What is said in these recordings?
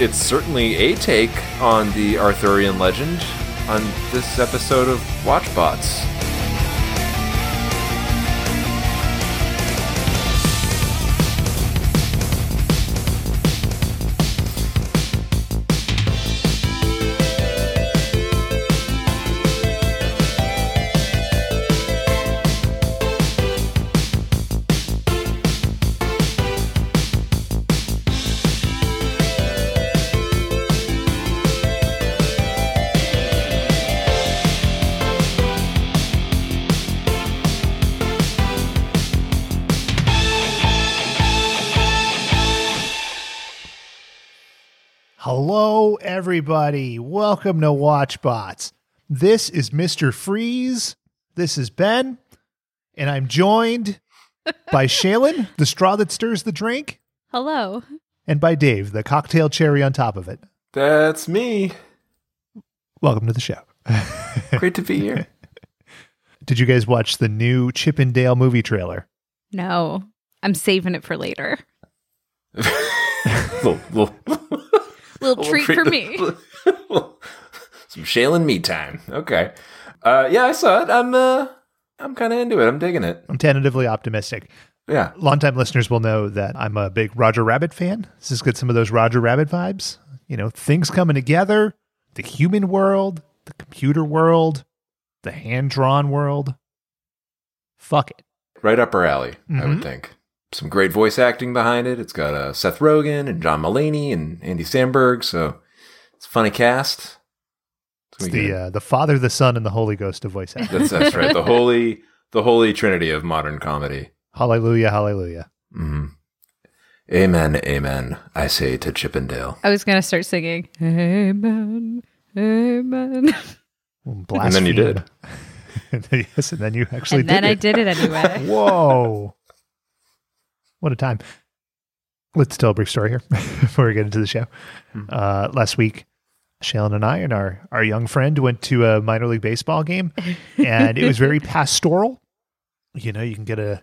it's certainly a take on the Arthurian legend on this episode of Watchbots. Hello, everybody. Welcome to WatchBots. This is Mr. Freeze. This is Ben. And I'm joined by Shaylin, the straw that stirs the drink, Hello. and by Dave, the cocktail cherry on top of it. That's me. Welcome to the show. Great to be here. Did you guys watch the new Chippendale movie trailer? No, I'm saving it for later. little, little, Little Oh, treat for me. Some Shaylin me time. Okay. Uh, yeah, I saw it. I'm uh, I'm kind of into it. I'm digging it. I'm tentatively optimistic. Yeah. Longtime listeners will know that I'm a big Roger Rabbit fan. This has got some of those Roger Rabbit vibes. You know, things coming together the human world, the computer world, the hand drawn world. Fuck it. right up our alley, I Mm-hmm. Mhm. would think. Some great voice acting behind it. It's got uh, Seth Rogen and John Mulaney and Andy Samberg, so it's a funny cast. It's gonna be the, good. uh, the Father, the Son, and the Holy Ghost of voice acting. that's, that's right. The holy, the holy trinity of modern comedy. hallelujah, hallelujah. hmm Amen, amen. I say to Chippendale, I was going to start singing, Amen, Amen. Blaspheme. then you did. And then- yes, and then you actually and then did I it. did it anyway. Whoa. what a time. Let's tell a brief story here before we get into the show. Uh, last week, Shailen and I and our, our young friend went to a minor league baseball game, and it was very pastoral. You know, you can get a,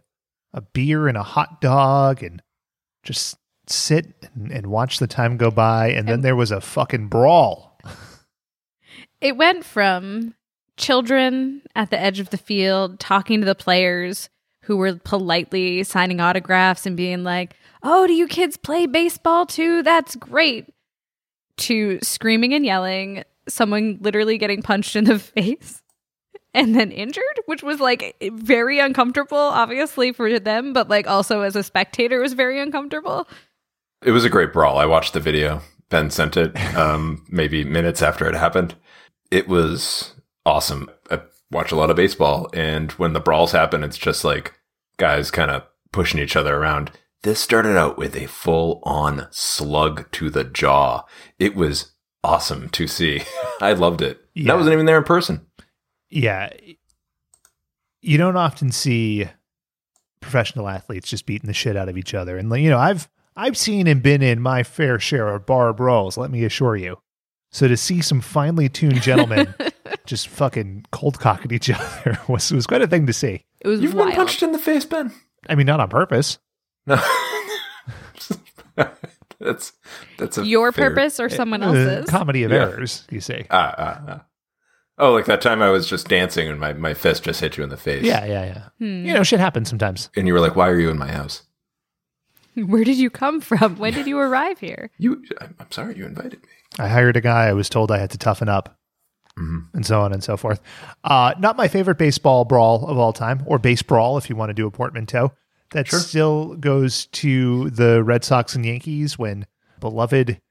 a beer and a hot dog and just sit and, and watch the time go by. And then And- there was a fucking brawl. it went from children at the edge of the field talking to the players who were politely signing autographs and being like, Oh, do you kids play baseball too? That's great. To screaming and yelling, someone literally getting punched in the face and then injured, which was like very uncomfortable, obviously for them, but like also as a spectator was very uncomfortable. it was a great brawl. I watched the video. Ben sent it um, maybe minutes after it happened. It was awesome. I watch a lot of baseball, and when the brawls happen, it's just like guys kind of pushing each other around. This started out with a full on slug to the jaw. It was awesome to see. I loved it. And Yeah. I wasn't even there in person. Yeah. You don't often see professional athletes just beating the shit out of each other. And like, you know, I've I've seen and been in my fair share of bar brawls, let me assure you. So to see some finely tuned gentlemen just fucking cold cocking each other was was quite a thing to see. It was You've wild. been punched in the face, Ben. I mean, not on purpose. No. that's that's a Your fair- eh, purpose or someone Uh, else's? comedy of Yeah. errors, you see. Ah, ah, ah. Oh, like that time I was just dancing and my, my fist just hit you in the face. Yeah, yeah, yeah. Hmm. You know, shit happens sometimes. And you were like, why are you in my house? Where did you come from? When did you arrive here? You, I'm, I'm sorry, you invited me. I hired a guy. I was told I had to toughen up, and so on and so forth. Uh, not my favorite baseball brawl of all time, or base brawl if you want to do a portmanteau. That Sure. still goes to the Red Sox and Yankees when beloved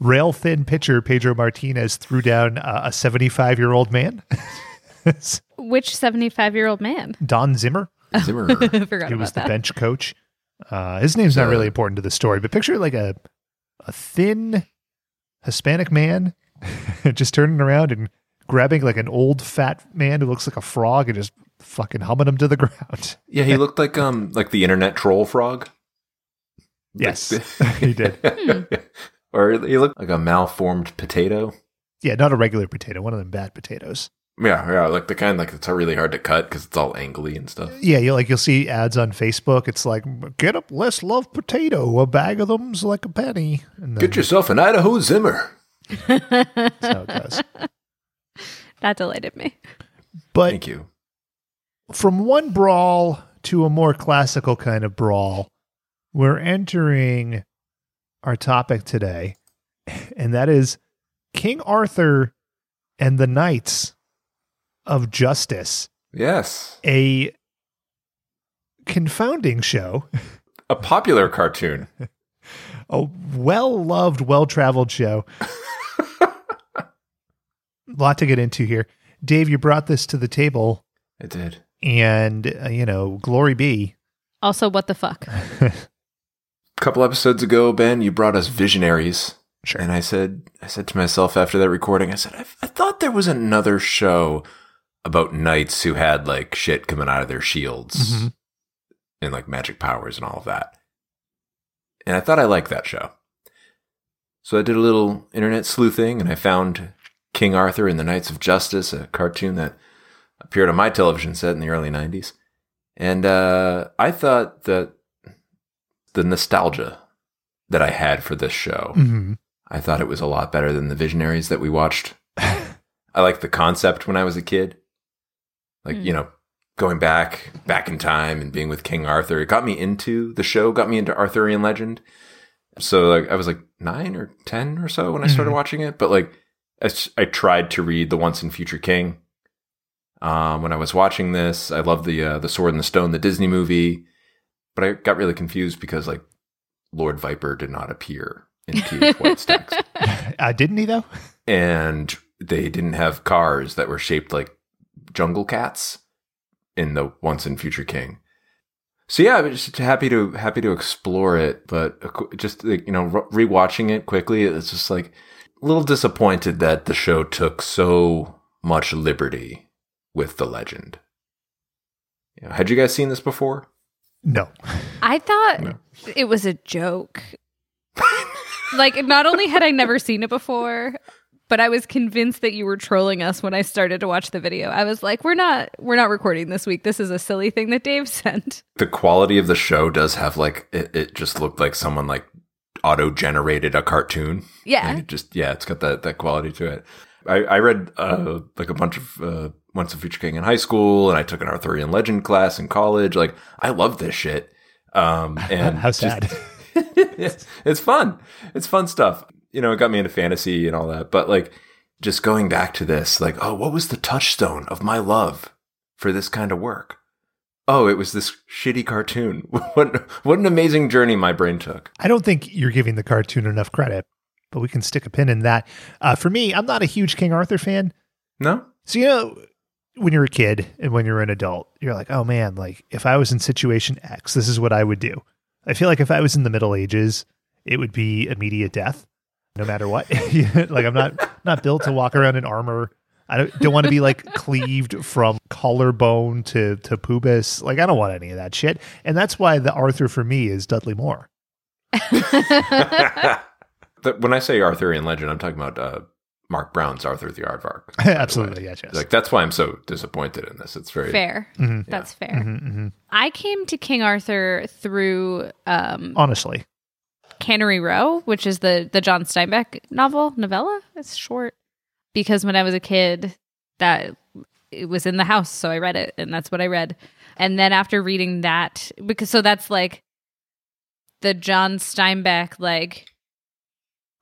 rail thin pitcher Pedro Martinez threw down uh, a 75 year old man, Which 75 year old man? Don Zimmer. Zimmer. I forgot He about was the that. bench coach. Uh, his name's not So- really important to the story, but picture like a a thin Hispanic man just turning around and grabbing like an old fat man who looks like a frog and just fucking humming him to the ground. yeah, he looked like um like the internet troll frog. Yes, Like- he did. Hmm. or he looked like a malformed potato. Yeah, not a regular potato, one of them bad potatoes. Yeah, yeah, like the kind like it's really hard to cut because it's all angly and stuff. Yeah, you like you'll see ads on Facebook. It's like get up, less love potato. A bag of them's like a penny. And then Get yourself an Idaho Zimmer. that's how it goes. That delighted me. But Thank you. from one brawl to a more classical kind of brawl, we're entering our topic today, and that is King Arthur and the Knights of Justice, Yes, a confounding show, a popular cartoon. a well loved, well traveled show. lot to get into here. Dave, you brought this to the table, It did. and, uh, you know, glory be. Also, what the fuck? A couple episodes ago, Ben, you brought us Visionaries, Sure. and I said, I said to myself after that recording, I said, I, I thought there was another show about knights who had like shit coming out of their shields Mhm. and like magic powers and all of that. And I thought I liked that show. So I did a little internet sleuthing and I found King Arthur and the Knights of Justice, a cartoon that appeared on my television set in the early 90s. And uh, I thought that the nostalgia that I had for this show, Mhm. I thought it was a lot better than the Visionaries that we watched. I liked the concept when I was a kid. Like, Mm. you know, going back, back in time and being with King Arthur. It got me into the show, got me into Arthurian legend. So like I was like 9 or 10 or so when I started Mhm. watching it, but like I, s- I tried to read The Once and Future King. Um, when I was watching this, I loved the uh, the Sword and the Stone, the Disney movie, but I got really confused because like Lord Viper did not appear in Peter White's text Uh, didn't he though? and they didn't have cars that were shaped like jungle cats in the once and future king so yeah i'm just happy to happy to explore it but a qu- just like you know re- rewatching it quickly it's just like a little disappointed that the show took so much liberty with the legend you know, had you guys seen this before No. I thought No. it was a joke. like, not only had I never seen it before, but I was convinced that you were trolling us when I started to watch the video. I was like, "We're not, we're not recording this week. This is a silly thing that Dave sent." the quality of the show does have like it, it just looked like someone like auto generated a cartoon Like Yeah, it just yeah, it's got that that quality to it. I, I read uh, like a bunch of uh, Once and Future King in high school, and I took an Arthurian legend class in college. Like I love this shit. Um, and How just- sad. it's, it's fun. It's fun stuff. You know, it got me into fantasy and all that. But like, just going back to this, like, oh, what was the touchstone of my love for this kind of work? Oh, it was this shitty cartoon. what what an amazing journey my brain took. I don't think you're giving the cartoon enough credit, but we can stick a pin in that. Uh, for me, I'm not a huge King Arthur fan. No, So, you know, when you're a kid and when you're an adult, you're like, oh man, like if I was in situation X, this is what I would do. I feel like if I was in the Middle Ages, it would be immediate death, no matter what. like I'm not not built to walk around in armor. I don't, don't want to be like cleaved from collarbone to to pubis. Like I don't want any of that shit. And that's why the Arthur for me is Dudley Moore. The- when I say Arthurian legend, I'm talking about uh, Mark Brown's Arthur the Aardvark. by the way. Absolutely, yes, yes. Like that's why I'm so disappointed in this. It's very fair. Mhm. That's fair. Mhm, mhm. I came to King Arthur through um, Honestly, Cannery Row, which is the the John Steinbeck novel novella. It's short because when I was a kid, that it was in the house, so I read it, and that's what I read. And then after reading that, because so that's like the John Steinbeck like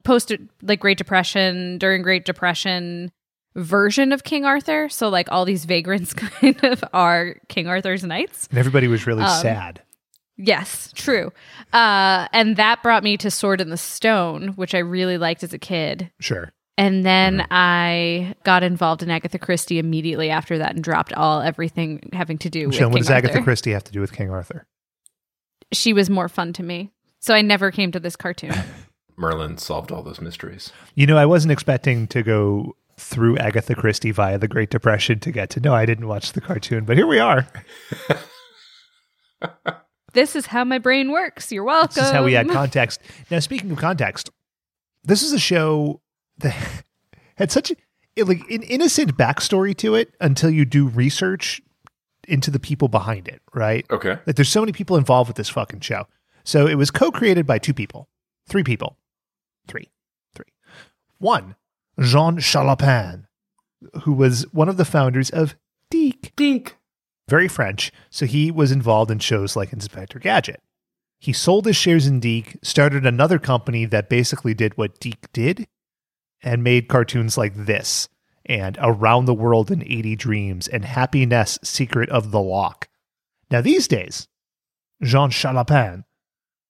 post like Great Depression during Great Depression version of King Arthur. So like all these vagrants kind of are King Arthur's knights. and everybody was really Um, sad. Yes, true. Uh, and that brought me to Sword in the Stone, which I really liked as a kid. Sure. And then Mm-hmm. I got involved in Agatha Christie immediately after that and dropped all everything having to do with Sean, what King does Agatha Arthur. Christie have to do with King Arthur? She was more fun to me. So I never came to this cartoon. Merlin solved all those mysteries. You know, I wasn't expecting to go through Agatha Christie via the Great Depression to get to know. I didn't watch the cartoon, but here we are. this is how my brain works. You're welcome. This is how we add context. Now, speaking of context, this is a show that had such it, like an innocent backstory to it until you do research into the people behind it, right? Okay. Like there's so many people involved with this fucking show. So it was co-created by two people, three people, three, three. One, Jean Chalopin, who was one of the founders of Deke, Dink. very French. So he was involved in shows like Inspector Gadget. He sold his shares in Deke, started another company that basically did what Deke did, and made cartoons like this and Around the World in 80 Dreams and Happiness Secret of the Lock. Now, these days, Jean Chalopin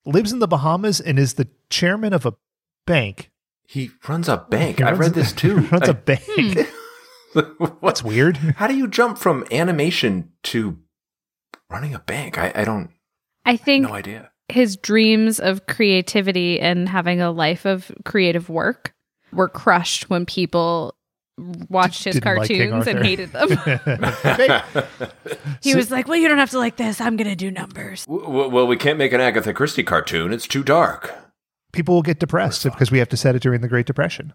lives in the Bahamas and is the chairman of a bank. He runs a bank. He I runs- read this too. Hmm. He runs a bank. What's That's weird. How do you jump from animation to running a bank? I, I don't I think no idea. his dreams of creativity and having a life of creative work were crushed when people watched his Didn't like King cartoons and Arthur. hated them. Ba- he So- was like, "Well, you don't have to like this. I'm going to do numbers." W- w- well, we can't make an Agatha Christie cartoon. It's too dark. people will get depressed because we have to set it during the Great Depression.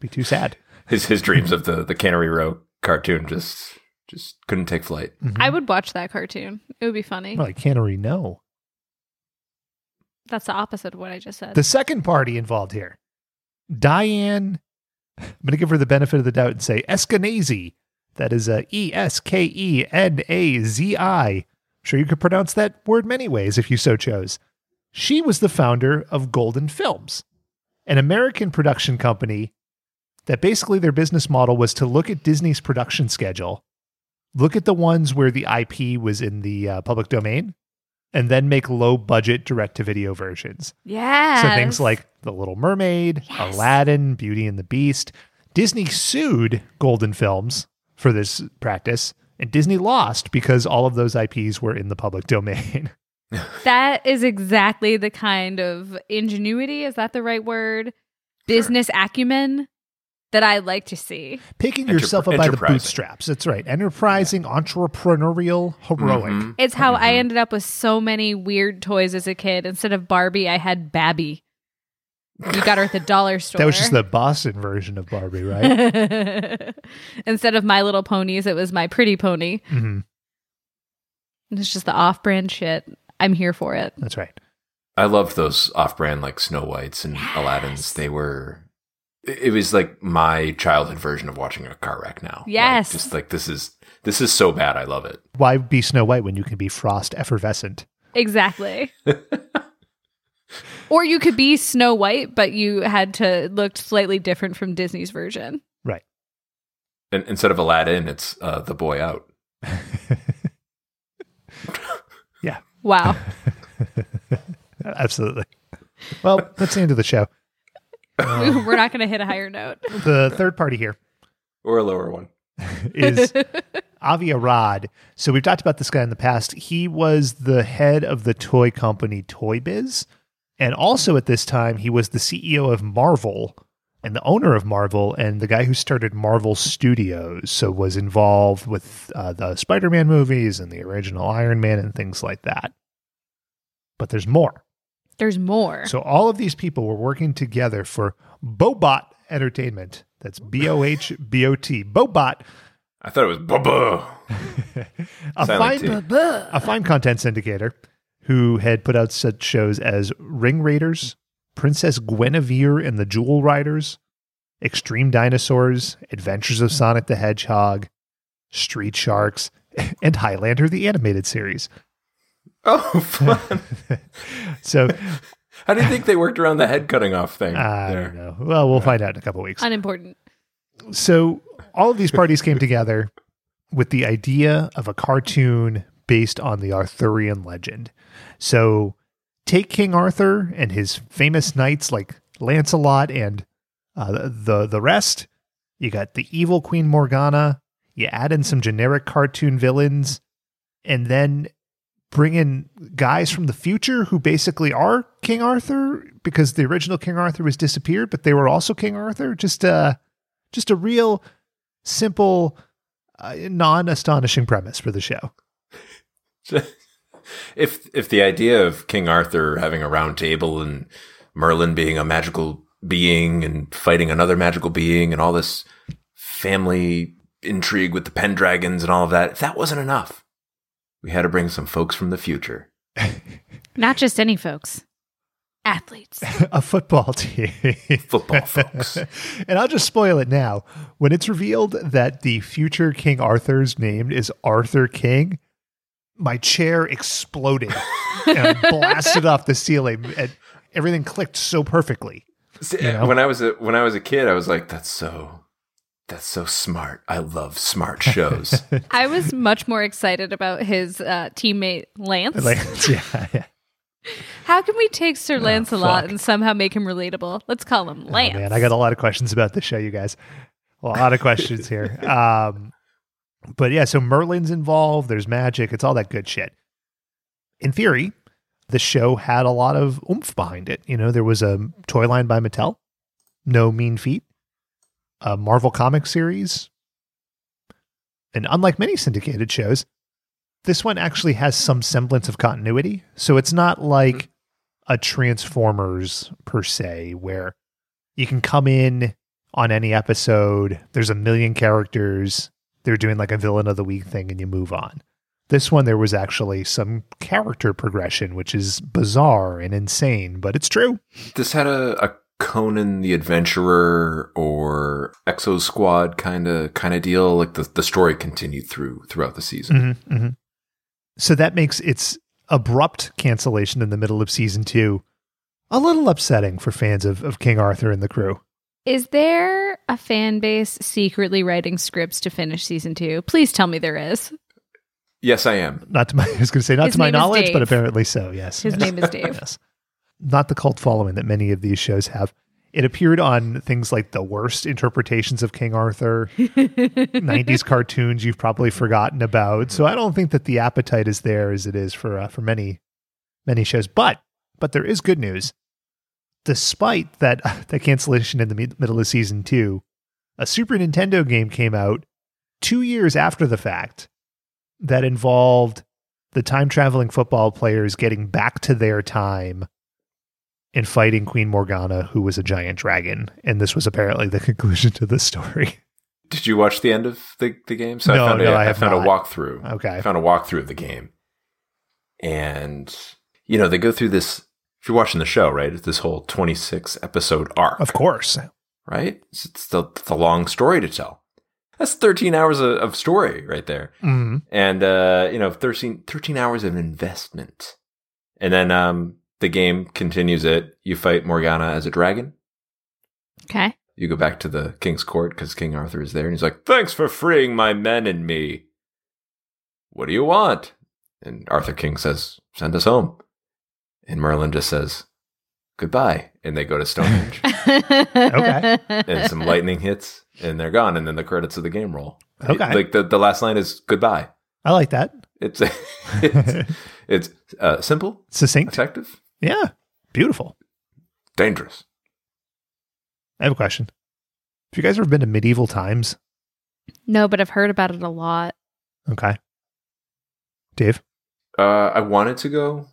Be too sad. His his dreams of the the Cannery Row cartoon just just couldn't take flight. I would watch that cartoon. It would be funny. Mm-hmm. Well, like cannery, no. That's the opposite of what I just said. The second party involved here, Diane. I'm going to give her the benefit of the doubt and say Eskenazi. That is a E S K E N A Z I. Sure, you could pronounce that word many ways if you so chose. She was the founder of Golden Films, an American production company that basically their business model was to look at Disney's production schedule, look at the ones where the IP was in the uh, public domain, and then make low budget direct to video versions. yeah. So things like The Little Mermaid, Yes. Aladdin, Beauty and the Beast. Disney sued Golden Films for this practice, and Disney lost because all of those IPs were in the public domain. that is exactly the kind of ingenuity, is that the right word? Business acumen that I like to see. Picking Enter- yourself up by the enterprising. bootstraps. That's right. Enterprising, entrepreneurial, heroic. Mhm. It's how Mm-hmm. I ended up with so many weird toys as a kid. Instead of Barbie, I had Babby. You got her at the dollar store. That was just the Boston version of Barbie, right? Instead of My Little Ponies, it was My Pretty Pony. hmm It's just the off brand shit. I'm here for it. That's right. I loved those off-brand like Snow Whites and Aladdins. They were. It was like my childhood version of watching a car wreck. Now, Like, Yes. just like this is this is so bad. I love it. Why be Snow White when you can be Frost effervescent? Exactly. or you could be Snow White, but you had to look slightly different from Disney's version. Right. And instead of Aladdin, it's uh, the boy out. Wow. Absolutely. Well, that's the end of the show. We're not going to hit a higher note. The third party here or a lower one. is Avi Arad. So we've talked about this guy in the past. He was the head of the toy company Toy Biz. And also at this time, he was the CEO of Marvel and the owner of Marvel and the guy who started Marvel Studios. So was involved with uh, the Spider-Man movies and the original Iron Man and things like that. But there's more. There's more. So all of these people were working together for Bobot Entertainment. That's B O H B O T. Bobot. I thought it was Bubba. A Silent fine, T. a fine content syndicator who had put out such shows as Ring Raiders, Princess Guinevere and the Jewel Riders, Extreme Dinosaurs, Adventures of Sonic the Hedgehog, Street Sharks, and Highlander the animated series. Oh, fun! So I didn't think they worked around the head cutting off thing. I there. don't know. Well, we'll find out in a couple weeks. Unimportant. so all of these parties came together with the idea of a cartoon based on the Arthurian legend. So take King Arthur and his famous knights like Lancelot and uh, the the rest. You got the evil Queen Morgana. You add in some generic cartoon villains, and then bring in guys from the future who basically are King Arthur because the original King Arthur was disappeared, but they were also King Arthur. Just uh, just a real simple, uh, non-astonishing premise for the show. if if the idea of King Arthur having a round table and Merlin being a magical being and fighting another magical being and all this family intrigue with the Pendragons and all of that, if that wasn't enough, we had to bring some folks from the future. Not just any folks, athletes. a football team. Football folks. and I'll just spoil it now. When it's revealed that the future King Arthur's name is Arthur King, my chair exploded and I blasted off the ceiling. And everything clicked so perfectly. See, You know? When I was a when I was a kid, I was like, "That's so, that's so smart." I love smart shows. I was much more excited about his uh, teammate Lance. Like, yeah, yeah. How can we take Sir Lancelot fuck. and somehow make him relatable? Let's call him Um, Lance. Oh, man, I got a lot of questions about this show, you guys. A lot of questions here. Um, but yeah, so Merlin's involved. There's magic. It's all that good shit. In theory, the show had a lot of oomph behind it. You know, there was a toy line by Mattel, no mean feat, a Marvel comic series, and unlike many syndicated shows, this one actually has some semblance of continuity. So it's not like a Transformers per se, where you can come in on any episode. There's a million characters. They're doing like a villain of the week thing and you move on. This one, there was actually some character progression, which is bizarre and insane, but it's true. this had a, a Conan the Adventurer or Exo Squad kind of kind of deal. Like the the story continued through throughout the season. hmm So that makes its abrupt cancellation in the middle of season two a little upsetting for fans of, of King Arthur and the crew. Is there a fan base secretly writing scripts to finish season two? Please tell me there is. Yes, I am. Not to my, I was going to say, not His to my name is knowledge, but Dave. apparently so. Yes, His yes. name is Dave. Yes. Not the cult following that many of these shows have. It appeared on things like the worst interpretations of King Arthur, 90s cartoons you've probably forgotten about. So I don't think that the appetite is there as it is for uh, for many many shows. But but there is good news. Despite that that cancellation in the mid- middle of season 2, a Super Nintendo game came out 2 years after the fact that involved the time traveling football players getting back to their time and fighting Queen Morgana, who was a giant dragon. And this was apparently the conclusion to the story. Did you watch the end of the, the game? No, I found no, a, I have found not. a walkthrough. I Okay. found a walkthrough of the game. And, you know, they go through this. If you're watching the show, right? It's this whole 26 episode arc, Of course. right? It's, it's, the, it's a long story to tell. That's 13 hours of, of story right there. Mm. And, uh, you know, 13, 13 hours of investment. And then um, the game continues it. You fight Morgana as a dragon. Okay. You go back to the king's court because King Arthur is there, and he's like, "Thanks for freeing my men and me." What do you want? And Arthur King says, "Send us home." And Merlin just says, "Goodbye," and they go to Stonehenge, okay. and some lightning hits, and they're gone, and then the credits of the game roll. Okay. like the, the last line is "Goodbye." I like that. It's it's, it's uh, simple, Succinct. effective, Yeah. Beautiful. dangerous. I have a question. Have you guys ever been to medieval times? No, but I've heard about it a lot. Okay. Dave? Uh, I wanted to go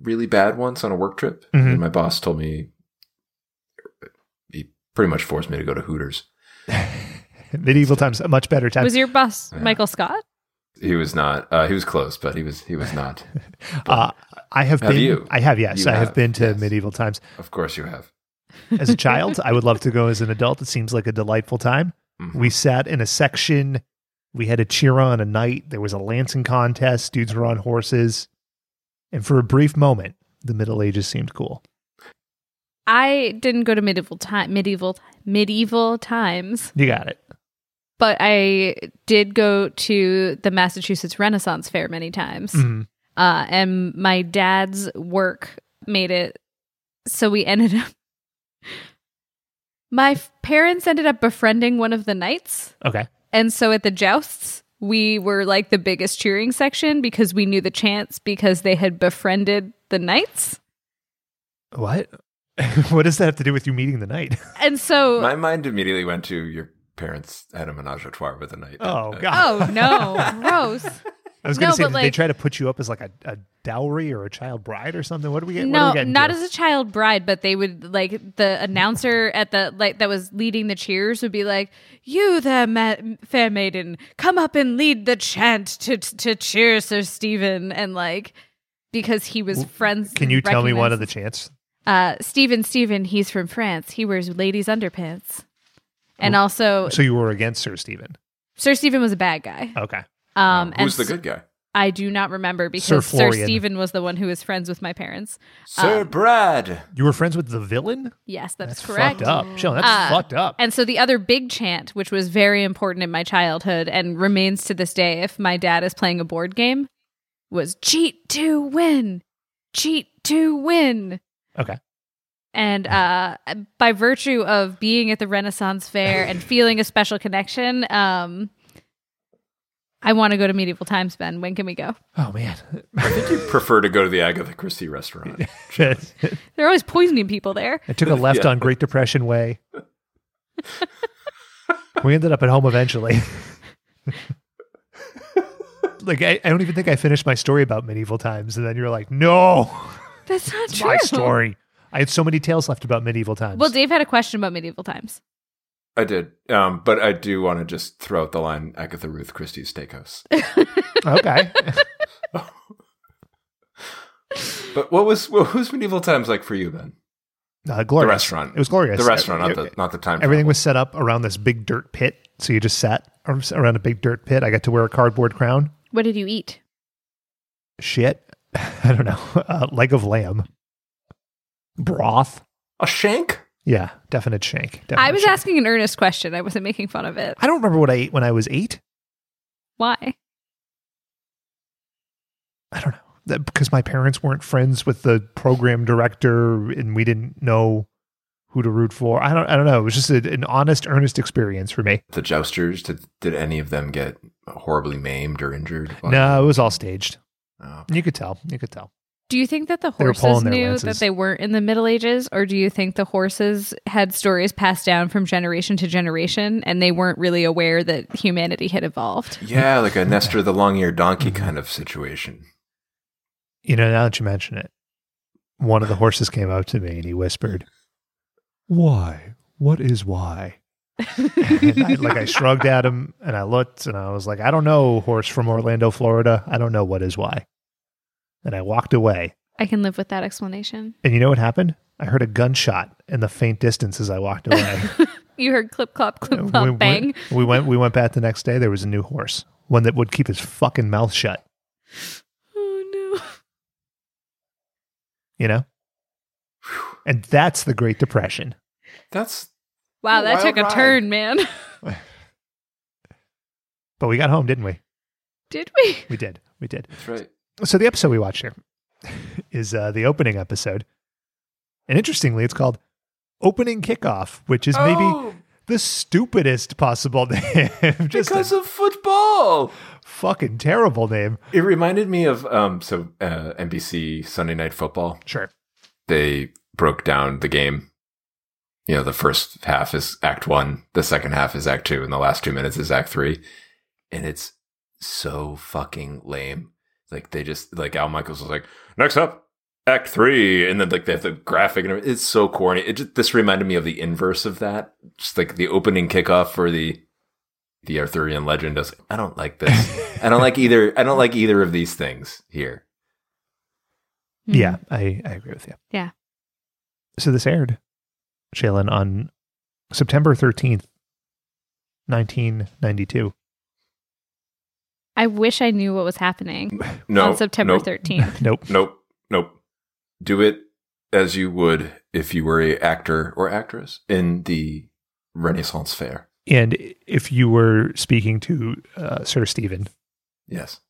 really bad once on a work trip, Mhm. and my boss told me he pretty much forced me to go to Hooters. medieval times, a much better time. Was your boss Yeah. Michael Scott? He was not. Uh, he was close, but he was he was not. uh, I have, Have been. you? I have, yes. You I have, have, been to yes. medieval times. of course, you have. as a child. I would love to go as an adult. It seems like a delightful time. Mhm. We sat in a section. We had a cheer on a night. There was a lancing contest. Dudes were on horses. And for a brief moment, the Middle Ages seemed cool. I didn't go to medieval time medieval medieval times, You got it. but I did go to the Massachusetts Renaissance Fair many times. Mm. uh, and my dad's work made it so we ended up my f- parents ended up befriending one of the knights Okay. and so at the jousts we were like the biggest cheering section because we knew the chants because they had befriended the knights What? what does that have to do with you meeting the knight? and so My mind immediately went to your parents had a menage a trois with a night. Oh, Uh, God. oh no gross I was No, going to say, but, did they like- try to put you up as like a, a dowry or a child bride or something? What do we get? No, what are we not as a child bride, but they would like the announcer at the like that was leading the cheers would be like, "You there, ma- fair maiden, come up and lead the chant to to cheer Sir Stephen," and like because he was friends. Can you tell me one of recognized- the chants? uh, Stephen? Stephen, he's from France. He wears ladies' underpants, and also So you were against Sir Stephen. Sir Stephen was a bad guy. Okay. Um, and Who's the good guy? I do not remember because Sir Sir, Florian. Stephen was the one who was friends with my parents. Sir Brad. You were friends with the villain? Yes, that's, That's correct. fucked up. Chill, that's Uh, fucked up. And so the other big chant, which was very important in my childhood and remains to this day if my dad is playing a board game, was cheat to win, cheat to win. Okay. And uh, by virtue of being at the Renaissance Fair and feeling a special connection, um, I want to go to medieval times, Ben. When can we go? Oh, man. Prefer to go to the Agatha Christie restaurant. I They're always poisoning people there. took a left on Great Depression Way. we ended up at home eventually. like, I, I don't even think I finished my story about medieval times. And then you're like, no, That's not it's true. my story. I had so many tales left about medieval times. Well, Dave had a question about medieval times. I did. Um, but I do want to just throw out the line Agatha Ruth Christie's Steakhouse. okay. But what was what was medieval times like for you, Ben? Uh, glorious. restaurant. It was glorious. The restaurant, It- not the not the time. Everything travel. was set up around this big dirt pit. So you just sat ar- around a big dirt pit. I got to wear a cardboard crown. What did you eat? Shit. I don't know. A leg of lamb. Broth. a shank. Yeah, definite shank. Definite I was shank. asking an earnest question. I wasn't making fun of it. I don't remember what I ate when I was eight. Why? I don't know. That, because my parents weren't friends with the program director and we didn't know who to root for. I don't I don't know. It was just a, an honest, earnest experience for me. The jousters. Did did any of them get horribly maimed or injured? No, it was all staged. Oh. You could tell. You could tell. Do you think that the They were horses pulling their knew that lances. they weren't in the Middle Ages, or do you think the horses had stories passed down from generation to generation and they weren't really aware that humanity had evolved? Yeah, like a Nestor the long-eared donkey Mm-hmm. kind of situation. You know, now that you mention it, one of the horses came up to me and he whispered, Why? What is why? and I, like I shrugged at him and I looked and I was like, I don't know, horse from Orlando, Florida. I don't know what is why. And I walked away. I can live with that explanation. And you know what happened? I heard a gunshot in the faint distance as I walked away. You heard clip clop clip we, clop bang. we, we went we went back the next day. There was a new horse, one that would keep his fucking mouth shut. Oh no. You know, and that's the Great Depression. That's Wow, A that took a wild ride. turn, man. But we got home, didn't we? Did we? We did. We did. that's right. So the episode we watched here is uh, the opening episode, and interestingly, it's called "Opening Kickoff," which is maybe Oh, the stupidest possible name. Just because a of football. fucking terrible name. It reminded me of um so uh, NBC Sunday Night Football. Sure. They broke down the game. You know, the first half is Act One, the second half is Act Two, and the last two minutes is Act Three, and it's so fucking lame. Like they just like Al Michaels was like, next up. Act three, and then like they have the graphic, and everything. it's so corny. It just this reminded me of the inverse of that, just like the opening kickoff for the the Arthurian legend. I, was like, I don't like this. I don't like either. I don't like either of these things here. Yeah, I, I agree with you. Yeah. So this aired, Shaylin, on September thirteenth, nineteen ninety two. I wish I knew what was happening No, on September nope, 13th. Nope. Nope, nope. Do it as you would if you were a actor or actress in the Renaissance Fair. And if you were speaking to uh, Sir Stephen, Yes.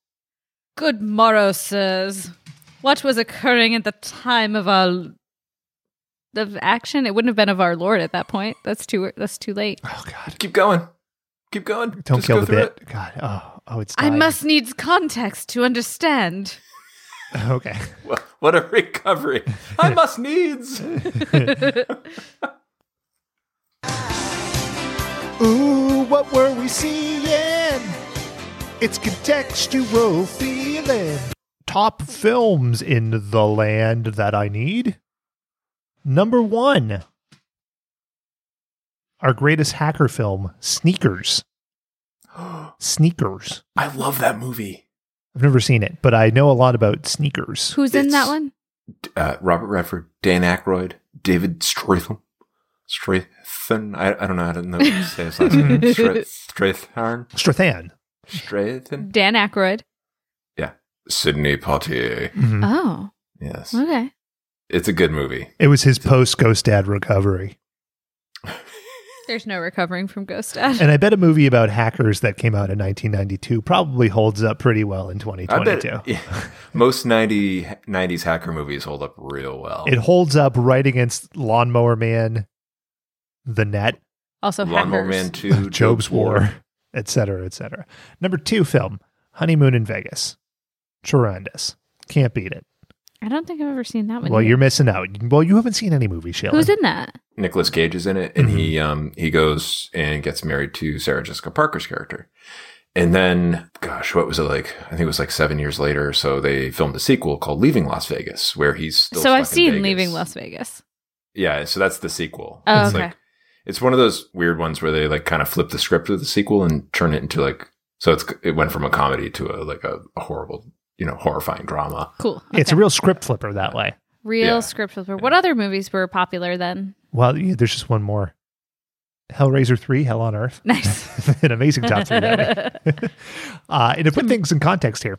Good morrow, sirs. What was occurring at the time of our of action? It wouldn't have been of our Lord at that point. That's too that's too late. oh god, Keep going. Keep going. don't Just kill go the through bit. it. God, oh, oh, it's. I dying. must needs context to understand. Okay. Wha- What a recovery. I must needs. Ooh, what were we seeing? It's contextual feeling. Top films in the land that I need. Number one, our greatest hacker film, Sneakers. Sneakers. I love that movie. I've never seen it, but I know a lot about sneakers. Who's in that It's- one? Uh, Robert Redford, Dan Aykroyd, David Stratham. Strathan. I, I don't know how to know how to say his last name. Stra- Stratharn. Strathan. Strathan. Dan Aykroyd. Sydney Poitier. Mm. Mhm. Oh, Yes. okay. It's a good movie. It was his post Ghost Dad recovery. There's no recovering from Ghost Dad. And I bet a movie about hackers that came out in 1992 probably holds up pretty well in I 2022. bet yeah, most 90, 90s hacker movies hold up real well. It holds up right against Lawnmower Man, The Net, Also, Lawnmower hackers. Man 2, Job's War, et cetera, et cetera. Number two film, Honeymoon in Vegas. Tremendous. Can't beat it. I don't think I've ever seen that one. Well, either. you're missing out. Well, you haven't seen any movie, Sheila. Who's in that? Nicholas Cage is in it, and he Mm-hmm. um he goes and gets married to Sarah Jessica Parker's character. And then, gosh, what was it like? I think it was like seven years later. or So they filmed a sequel called Leaving Las Vegas, where he's still so I've stuck in seen Vegas. Leaving Las Vegas. Yeah, so that's the sequel. Oh, it's okay. like it's one of those weird ones where they like kind of flip the script of the sequel and turn it into like so it's it went from a comedy to a like a, a horrible you know horrifying drama. Cool. It's a Okay. real script flipper that way. real yeah. script flipper. What other movies were popular then? Well, yeah, there's just one more. Hellraiser 3, Hell on Earth. Nice. An amazing top three. that week. uh, and to Hmm. put things in context here,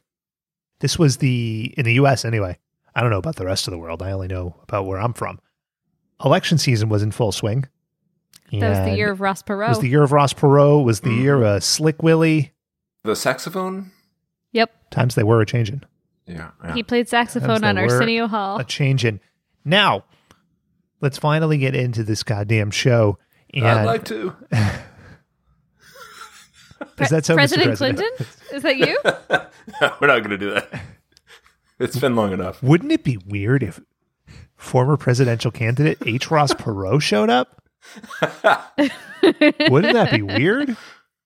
this was the in the U.S. anyway. I don't know about the rest of the world. I only know about where I'm from. Election season was in full swing. That was the And year of Mm-hmm. Ross it Perot. was the year of Ross Perot. Was the Mhm. year of Slick Willie. The saxophone. yep. Times they were a changing, Yeah, yeah. He played Times saxophone they on were Arsenio Hall. a changing. Now, let's finally get into this goddamn show. And I'd like to. does that sound, Mr. President, President? Clinton? Is that you? We're not gonna do that. It's been long enough. Wouldn't it be weird if former presidential candidate H. Ross Perot showed up? Wouldn't that be weird?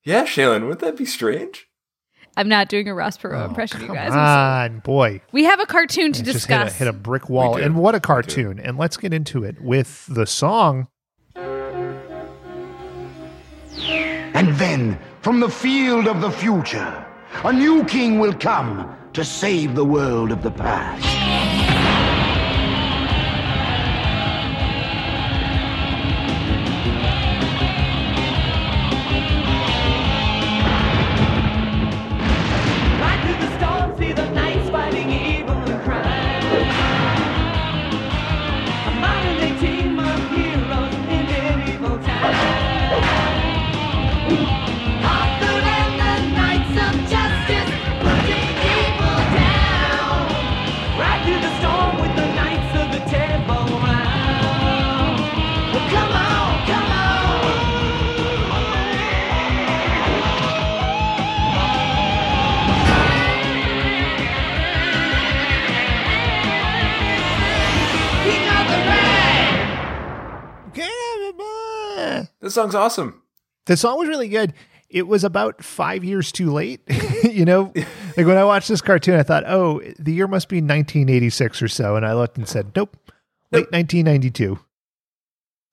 Yeah, Shaylin, wouldn't that be strange? I'm not doing a Ross Perot impression, you Oh, Come guys. I'm sorry. on, Ah, boy. We have a cartoon to It just hit a, discuss. hit a brick wall. We do. And what a cartoon. And let's get into it with the song. And then, from the field of the future, a new king will come to save the world of the past. Ride through the storm, see the knights fighting evil and crime. A modern day team of heroes in medieval time. Arthur and the knights of justice, putting evil down. Ride through the storm with the knights of the temple round. Well, come on, come on. King of the Red! This song's awesome. The song was really good. It was about five years too late. you know, like when I watched this cartoon, I thought, oh, the year must be 1986 or so. And I looked and said, nope, late 1992.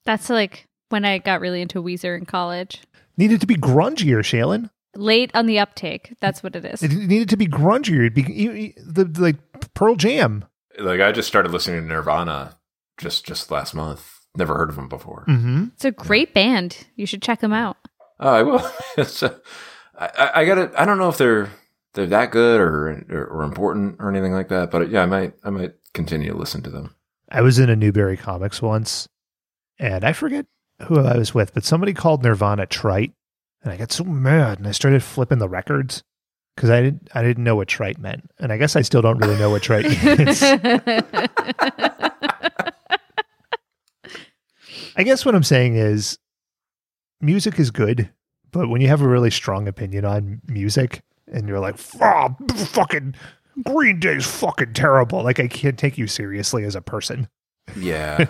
That's like when I got really into Weezer in college. Needed to be grungier, Shaylin. Late on the uptake. That's what it is. It needed to be grungier. It'd be, you- you- the, the, like Pearl Jam. Like I just started listening to Nirvana just just last month. Never heard of them before. Mm-hmm. It's a great band. You should check them out. Oh, I will. so, I- I, I gotta. I don't know if they're they're that good or, or or important or anything like that. But yeah, I might I might continue to listen to them. I was in a Newberry Comics once, and I forget who I was with, but somebody called Nirvana trite, and I got so mad, and I started flipping the records because I didn't I didn't know what trite meant, and I guess I still don't really know what trite means. I guess what I'm saying is, music is good, but when you have a really strong opinion on music, and you're like, "Ah, fucking Green Day's fucking terrible," like I can't take you seriously as a person. Yeah,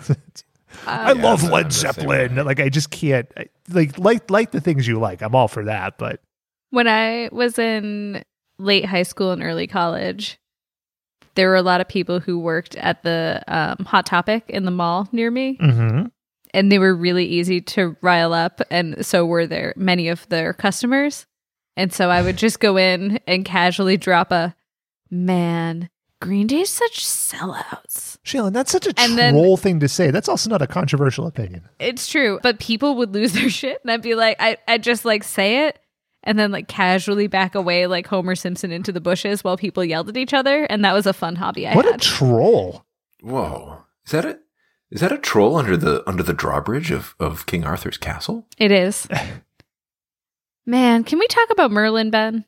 I Um, Yeah, I'm love the- I'm Led the same Zeppelin. Like I just can't I- like like like the things you like. I'm all for that, but When I was in late high school and early college, there were a lot of people who worked at the um, Hot Topic in the mall near me, Mm-hmm. and they were really easy to rile up, and so were their many of their customers. And so I would just go in and casually drop a, man, Green Day's such sellouts. Shailen, that's such a And then- troll thing to say. That's also not a controversial opinion. It's true, but people would lose their shit, and I'd be like, I, I'd just like say it, and then like casually back away like Homer Simpson into the bushes while people yelled at each other, and that was a fun hobby I what a had. troll. Whoa, is that a is that a troll under the under the drawbridge of of King Arthur's castle? it is. Man, can we talk about Merlin, Ben?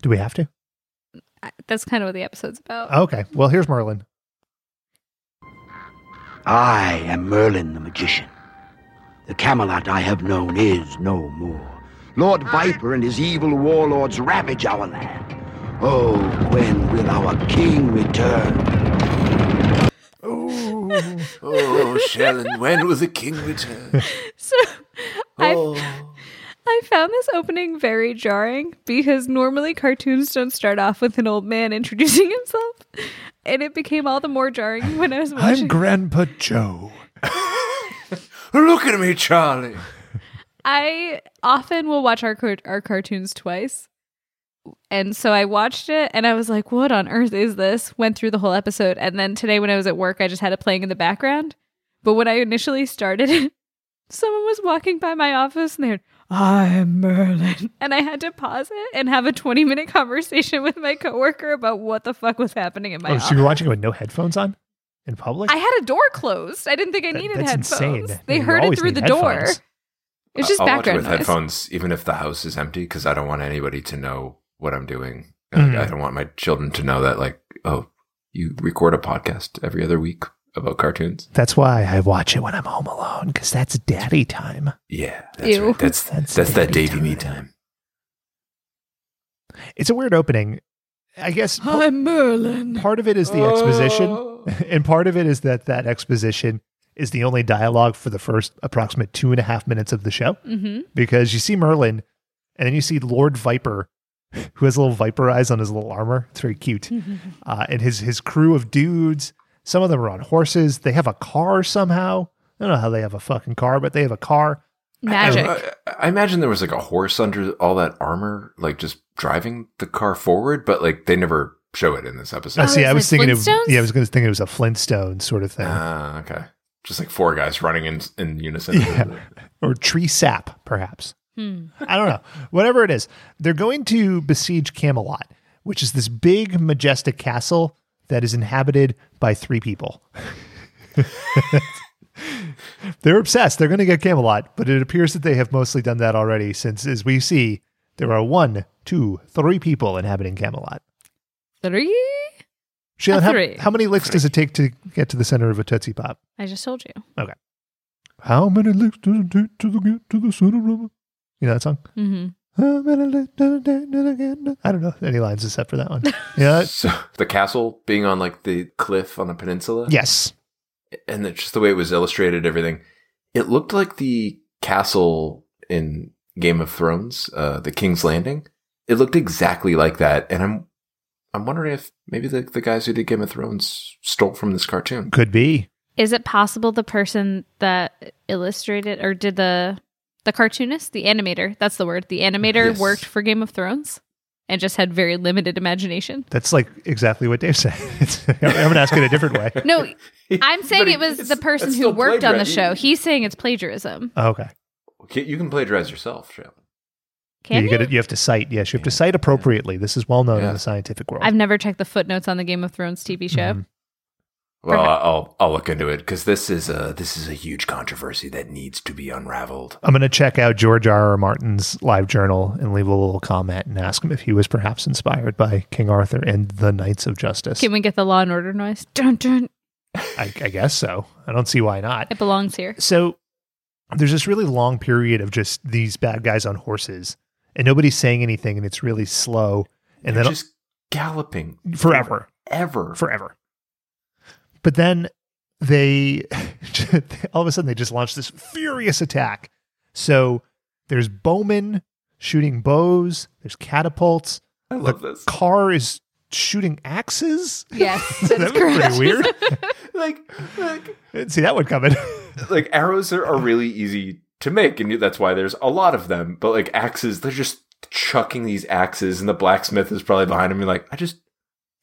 Do we have to? I- That's kind of what the episode's about. Okay. Well, here's Merlin. I am Merlin the magician. The Camelot I have known is no more. Lord Viper and his evil warlords ravage our land. Oh, when will our king return? Oh, Shailen, when will the king return? So I I found this opening very jarring because normally cartoons don't start off with an old man introducing himself, and it became all the more jarring when I was watching. Grandpa Joe. Look at me, Charlie. I often will watch our car- our cartoons twice. And so I watched it and I was like, what on earth is this? Went through the whole episode. And then today when I was at work, I just had it playing in the background. But when I initially started it, someone was walking by my office and they heard, I'm Merlin. And I had to pause it and have a 20 minute conversation with my coworker about what the fuck was happening in my Oh, office. so you're watching it with no headphones on in public? I had a door closed. I didn't think I That- needed that's headphones. insane. They You heard it always through need the door. headphones. It's just I'll watch background with noise. headphones, even if the house is empty, because I don't want anybody to know what I'm doing. Mhm. Like, I don't want my children to know that, like, oh, you record a podcast every other week about cartoons. That's why I watch it when I'm home alone because that's daddy time. Yeah, that's Ew. right. That's That's that's, that daddy Davy me time. It's a weird opening. I guess p- I'm Merlin. part of it is the exposition, Oh. and part of it is that that exposition is the only dialogue for the first approximate two and a half minutes of the show Mm-hmm. because you see Merlin and then you see Lord Viper, who has little viper eyes on his little armor. It's very cute. Mm-hmm. uh, and his his crew of dudes. Some of them are on horses. They have a car somehow. I don't know how they have a fucking car, but they have a car. Uh, Magic. I, I imagine there was like a horse under all that armor, like just driving the car forward, but like they never show it in this I episode. Oh, see. is I it was thinking of Flintstones? yeah. I was going to think it was a Flintstone sort of thing, Ah, okay. Just like four guys running in in unison. Yeah. or tree sap, perhaps. I don't know. Whatever it is, they're going to besiege Camelot, which is this big, majestic castle that is inhabited by three people. they're obsessed. They're going to get Camelot, but it appears that they have mostly done that already, since, as we see, there are one, two, three people inhabiting Camelot. Three? Shailen, three. how, how many licks does it take to get to the center of a Tootsie Pop? I just told you. How many licks does it take to the, get to the center of a... You know that song? Mm-hmm. I don't know any lines except for that one. Yeah. So the castle being on like the cliff on the peninsula. yes. and it's just the way it was illustrated, everything. It looked like the castle in Game of Thrones, uh, the King's Landing. It looked exactly like that, and I'm I'm wondering if maybe the, the guys who did Game of Thrones stole from this cartoon. Could be. Is it possible the person that illustrated or did the the cartoonist, the animator, that's the word, the animator Yes. worked for Game of Thrones and just had very limited imagination? That's like exactly what Dave said. It's, I'm going to ask it a different way. No, I'm saying But it was it's- the person that's who still worked on the show. plagiarism. He's saying it's plagiarism. Oh, Okay. Okay, you can plagiarize yourself, Shailen. Yeah, Can you, you? gotta, you have to cite. Yes, you have to cite appropriately. This is well known Yeah. in the scientific world. I've never checked the footnotes on the Game of Thrones TV show. Mhm. Well, Perhaps. I'll I'll look into it because this is a this is a huge controversy that needs to be unraveled. I'm going to check out George R. R. Martin's live journal and leave a little comment and ask him if he was perhaps inspired by King Arthur and the Knights of Justice. Can we get the Law and Order noise? Dun, dun. I, I guess so. I don't see why not. It belongs here. So there's this really long period of just these bad guys on horses and nobody's saying anything and it's really slow and They're then just galloping forever ever. forever but then they all of a sudden they just launch this furious attack so there's bowmen shooting bows. There's catapults. I love this. Car is shooting axes. Yes, that was pretty weird. Like, like, Didn't see that one coming. like arrows are, are really easy to make, and that's why there's a lot of them. But like axes, they're just chucking these axes, and the blacksmith is probably behind him. and Like, I just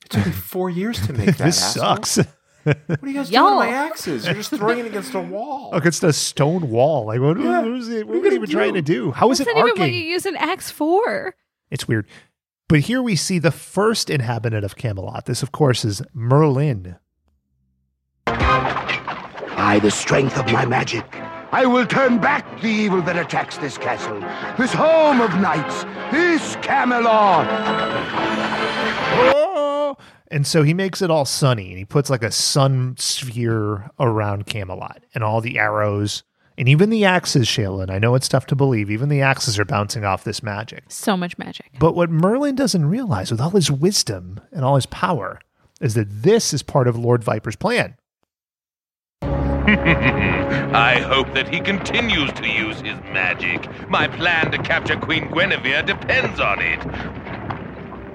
it took me four years to make that. this asshole. sucks. What are you guys Y'all. doing with my axes? You're just throwing it against a wall. Against a stone wall. Like what, Yeah. what was it? What What were are you they even gonna trying to do? How was That's it not even what arcing? you use an axe for. It's weird. But here we see the first inhabitant of Camelot. This, of course, is Merlin. By the strength of my magic, I will turn back the evil that attacks this castle, this home of knights, this Camelot. Oh! And so he makes it all sunny and he puts like a sun sphere around Camelot and all the arrows and even the axes, Shaylin. I know it's tough to believe. Even the axes are bouncing off this magic. So much magic. But what Merlin doesn't realize with all his wisdom and all his power is that this is part of Lord Viper's plan. I hope that he continues to use his magic. My plan to capture Queen Guinevere depends on it.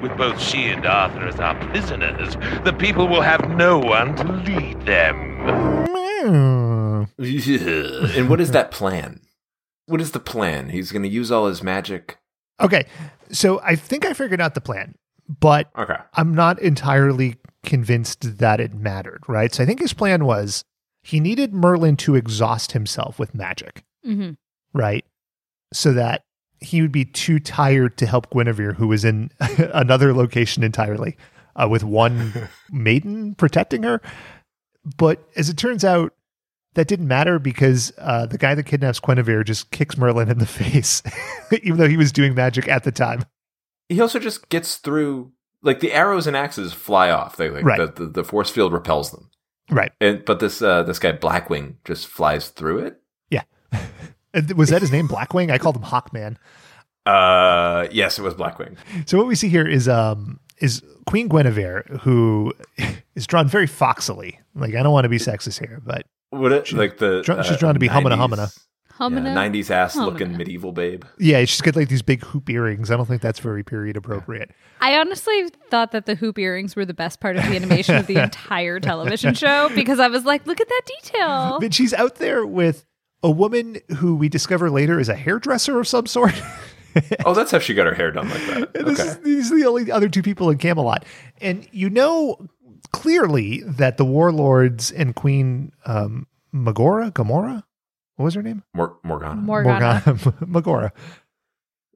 With both she and Arthur as our prisoners, the people will have no one to lead them. Hmm. Yeah. and what is that plan? What is the plan? He's going to use all his magic. Okay. So I think I figured out the plan, but Okay. I'm not entirely convinced that it mattered, right? So I think his plan was he needed Merlin to exhaust himself with magic, hmm right? So that he would be too tired to help Guinevere, who was in another location entirely uh, with one maiden protecting her. But as it turns out, that didn't matter because uh, the guy that kidnaps Guinevere just kicks Merlin in the face, even though he was doing magic at the time. He also just gets through. Like the arrows and axes fly off. They like Right. the, the, the force field repels them. Right. And but this uh, this guy Blackwing just flies through it. And th- Was that his name, Blackwing? I called him Hawkman. Uh, yes, it was Blackwing. So what we see here is um is Queen Guinevere who is drawn very foxily. Like I don't want to be sexist here, but What it, like the uh, dr- she's trying to be humana humana. Humana. nineties ass humana. looking medieval babe. yeah, she's got like these big hoop earrings. I don't think that's very period appropriate. I honestly thought that the hoop earrings were the best part of the animation of the entire television show because I was like, look at that detail. Then she's out there with a woman who we discover later is a hairdresser of some sort. Oh, that's how she got her hair done like that. this Okay. is, these are the only other two people in Camelot, and you know clearly that the warlords and Queen um, Magora Gamora, what was her name? Mor- Morgana. Morgana. Morgana Magora.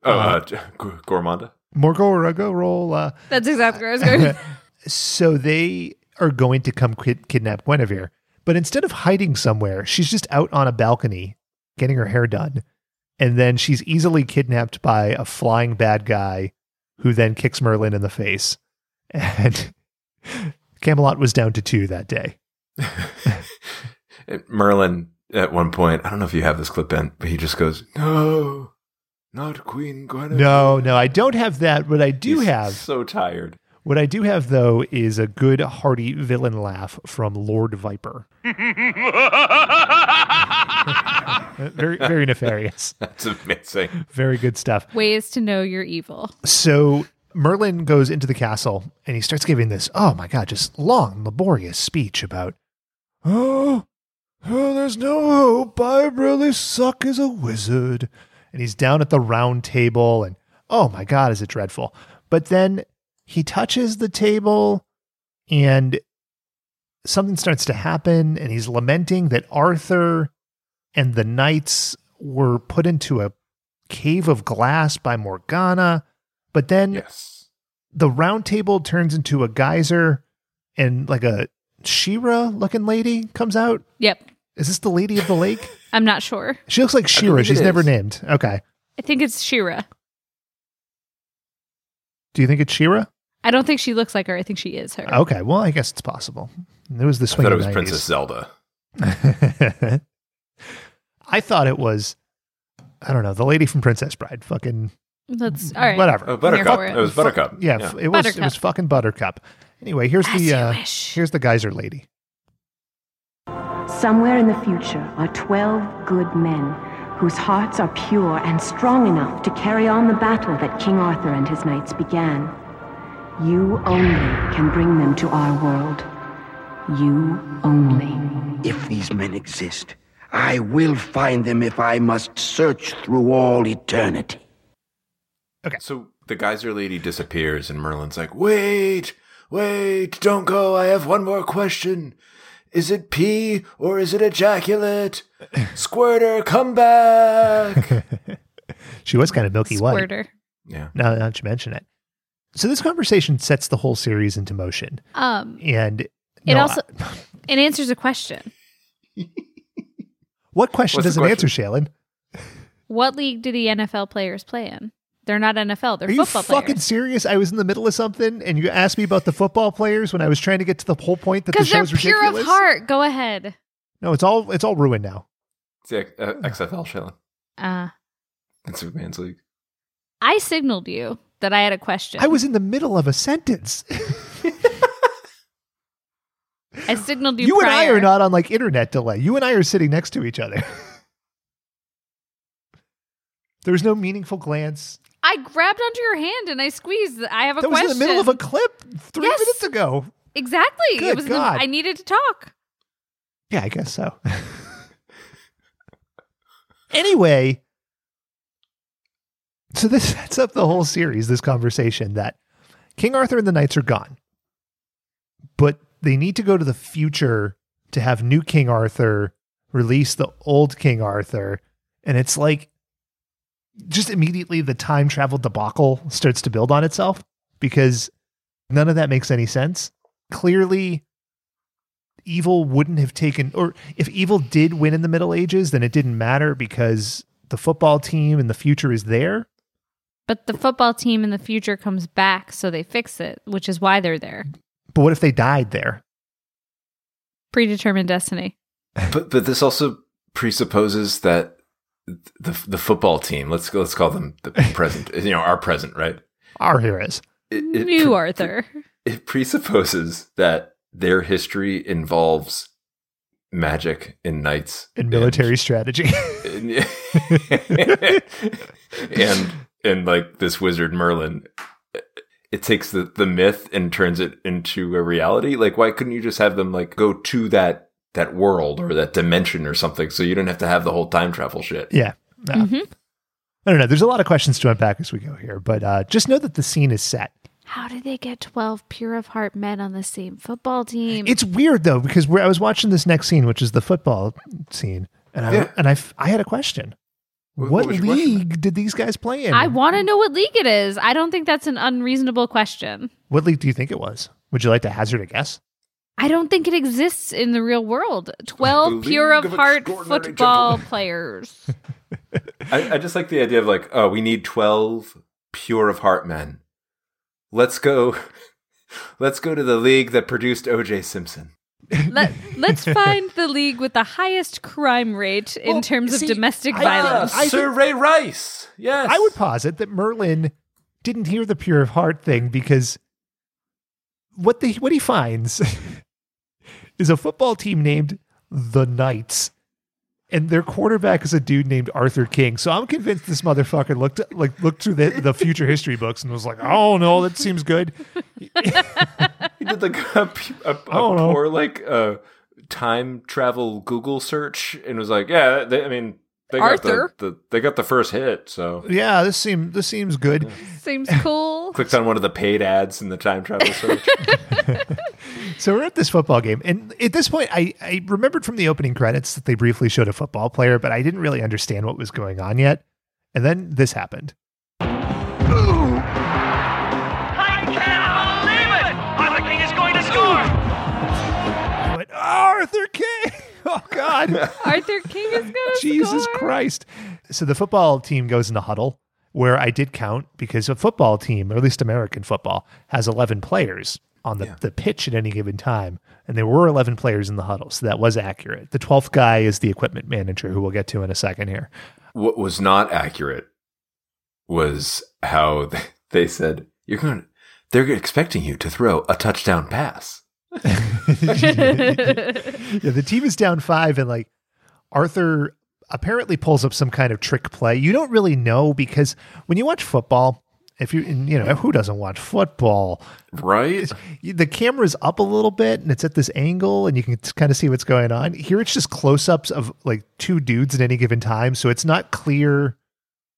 oh, Uh-huh. uh, G- Gormanda. Morgora Gorola. That's exactly where I was going. with So they are going to come kid- kidnap Guinevere. But instead of hiding somewhere, she's just out on a balcony getting her hair done. And then she's easily kidnapped by a flying bad guy who then kicks Merlin in the face. And Camelot was down to two that day. And Uh, Merlin at one point. I don't know if you have this clip in, but he just goes, "No, not Queen Guinevere." No, no, I don't have that. What I do He's have, so tired. what I do have though, is a good hearty villain laugh from Lord Viper. Very, very nefarious. That's amazing. Very good stuff. Ways to know you're evil. So Merlin goes into the castle and he starts giving this, oh my God, just long, laborious speech about, oh, oh, there's no hope. I really suck as a wizard. And he's down at the round table and, oh my God, is it dreadful. But then he touches the table and something starts to happen and he's lamenting that Arthur and the knights were put into a cave of glass by Morgana. But Mm. then Yes. the round table turns into a geyser and like a Shira looking lady comes out. Yep. Is this the lady of the lake? I'm not sure. She looks like Shira. believe it She's never is. named. Okay. I think it's Shira. Do you think it's Shira? I don't think she looks like her. I think she is her. Okay. Well, I guess it's possible. It was the I swing. thought it was Princess Zelda. Princess. I thought it was, I don't know, the lady from Princess Bride. Fucking That's all right. whatever. Oh, Here Buttercup. for it. It was Buttercup. Yeah, f- it was. It Buttercup. was fucking Buttercup. Anyway, here's As the you uh, wish. here's the geyser lady. Somewhere in the future are 12 good men whose hearts are pure and strong enough to carry on the battle that King Arthur and his knights began. You only can bring them to our world. You only. If these men exist, I will find them if I must search through all eternity. So the geyser lady disappears, and Merlin's like, "Wait, wait, don't go. I have one more question. Is it pee or is it ejaculate? Squirter, come back." She was kind of Milky White. Squirter. yeah. Now now that you mention it. So this conversation sets the whole series into motion. Um, And it no, also I- it answers a question. what question What's the does it question? answer, Shailen? What league do the NFL players play in? They're not NFL. They're Are you football fucking players. serious? I was in the middle of something and you asked me about the football players when I was trying to get to the whole point that the Because they're show's pure ridiculous. of heart. Go ahead. No, it's all it's all ruined now. It's the uh, XFL, Shailen. Uh, It's Superman's league. I signaled you that I had a question. I was in the middle of a sentence. I signaled you. You and I prior. are not on like internet delay. You and I are sitting next to each other. there was no meaningful glance. I grabbed onto your hand and I squeezed. I have a that question. was in the middle of a clip three Yes. minutes ago. exactly. Good it was. in the- God. I needed to talk. Yeah, I guess so. anyway, so this sets up the whole series, this conversation that King Arthur and the knights are gone, but they need to go to the future to have new King Arthur release the old King Arthur. And it's like just immediately the time travel debacle starts to build on itself because none of that makes any sense. Clearly, evil wouldn't have taken or if evil did win in the middle ages then it didn't matter because the football team in the future is there But the football team in the future comes back, so they fix it, which is why they're there. but what if they died there Predetermined destiny. But but this also presupposes that the the football team let's let's call them the present you know our present right our heroes it, it New pre- Arthur. it presupposes that their history involves magic and knights in military strategy and, and, and like this wizard merlin it takes the, the myth and turns it into a reality like why couldn't you just have them like go to that that world or that dimension or something so you don't have to have the whole time travel shit yeah Uh, Mhm. i don't know there's a lot of questions to unpack as we go here but uh, just know that the scene is set How did they get 12 pure of heart men on the same football team? It's weird though because we I was watching this next scene, which is the football scene, and I Yeah. and I, f- I had a question. What- What, what was your question? league did these guys play in? I want to know what league it is. I don't think that's an unreasonable question. what league do you think it was? Would you like to hazard a guess? I don't think it exists in the real world. 12 The pure League of of heart Extraordinary football Gentlemen. players. I, I just like the idea of like, oh, we need twelve pure of heart men. Let's go. Let's go to the league that produced O.J. Simpson. Let, let's find the league with the highest crime rate in Well, terms see, of domestic I- uh, Ah, violence. I Sir think- Ray Rice. Yes, I would posit that Merlin didn't hear the pure of heart thing because what the what he finds is a football team named the Knights. And their quarterback is a dude named Arthur King. So I'm convinced this motherfucker looked like looked through the, the future history books and was like, "Oh no, that seems good." He did like a, p- a- a don't know. poor like uh, time travel Google search and was like, yeah, they, I mean, they got the, Arthur. the they got the first hit, so Yeah, this seems this seems good. Seems cool. clicked on one of the paid ads in the time travel search. So we're at this football game, and at this point, I, I remembered from the opening credits that they briefly showed a football player, but I didn't really understand what was going on yet. And then this happened. I can't believe it! Arthur King is going to score! I went, Arthur King! Oh, God. Arthur King is going to Jesus Christ. So the football team goes in the huddle, where I did count because a football team, or at least American football, has 11 players on the, the pitch at any given time. And there were 11 players in the huddle. So that was accurate. The 12th guy is the equipment manager, who we'll get to in a second here. what was not accurate was how th- they said you're going to they're expecting you to throw a touchdown pass yeah, the team is down five, and like Arthur, apparently pulls up some kind of trick play. You don't really know because when you watch football, if you and, you know who doesn't watch football, Right? you- the camera's up a little bit and it's at this angle and you can kind of see what's going on. Here it's just close-ups of like two dudes at any given time, so it's not clear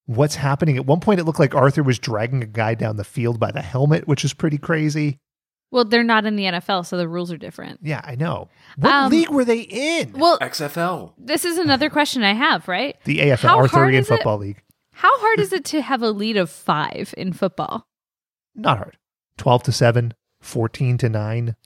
what's happening. At one point it looked like Arthur was dragging a guy down the field by the helmet, which is pretty crazy. Well, they're not in the NFL, so the rules are different. Yeah, I know. What Um, league were they in? Well, XFL. this is another question I have, right? the AFL how hard Arthurian is it- Football League. How hard is it to have a lead of five in football? Not hard. 12 to 7, 14 to 9,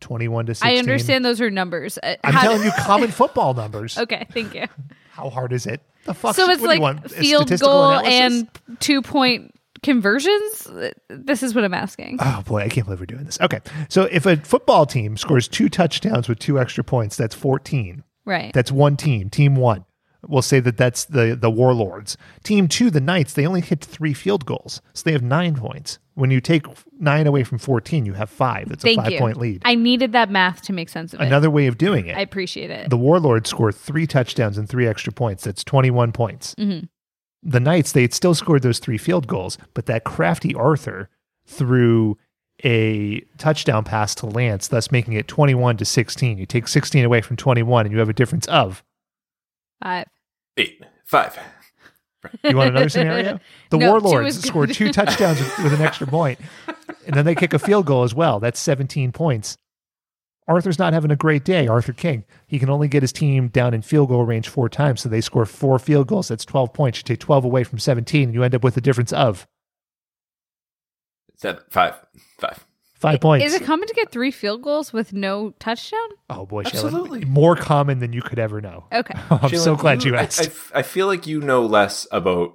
21 to 16. I understand those are numbers. Uh, I'm how- telling you common football numbers. Okay, thank you. How hard is it? The fuck so what it's do you like want, a field statistical goal analysis? and two point conversions. This is what I'm asking. Oh boy, I can't believe we're doing this. Okay. So if a football team scores two touchdowns with two extra points, that's 14. right. That's one team, team 1. We'll say that that's the the Warlords. Team 2, the Knights, they only hit 3 field goals. So they have 9 points. When you take 9 away from 14, you have 5. It's thank a 5 you. point lead. I needed that math to make sense of Another way of doing it. it. I appreciate it. the Warlords scored three touchdowns and three extra points. That's 21 points. The Knights, they had still scored those three field goals, but that crafty Arthur threw a touchdown pass to Lance, thus making it 21 to 16. You take 16 away from 21 and you have a difference of. Five. Eight. Five. You want another scenario? The No, two Warlords is good. scored two touchdowns with, with an extra point, and then they kick a field goal as well. That's 17 points. Arthur's not having a great day, Arthur King. He can only get his team down in field goal range four times, so they score four field goals. That's 12 points. You take 12 away from 17, and you end up with a difference of Seven. Five. Five. five points. Is it common to get three field goals with no touchdown? oh, boy, Shailen. Absolutely. More common than you could ever know. Okay. I'm so Shailen, glad you I- asked. I, I feel like you know less about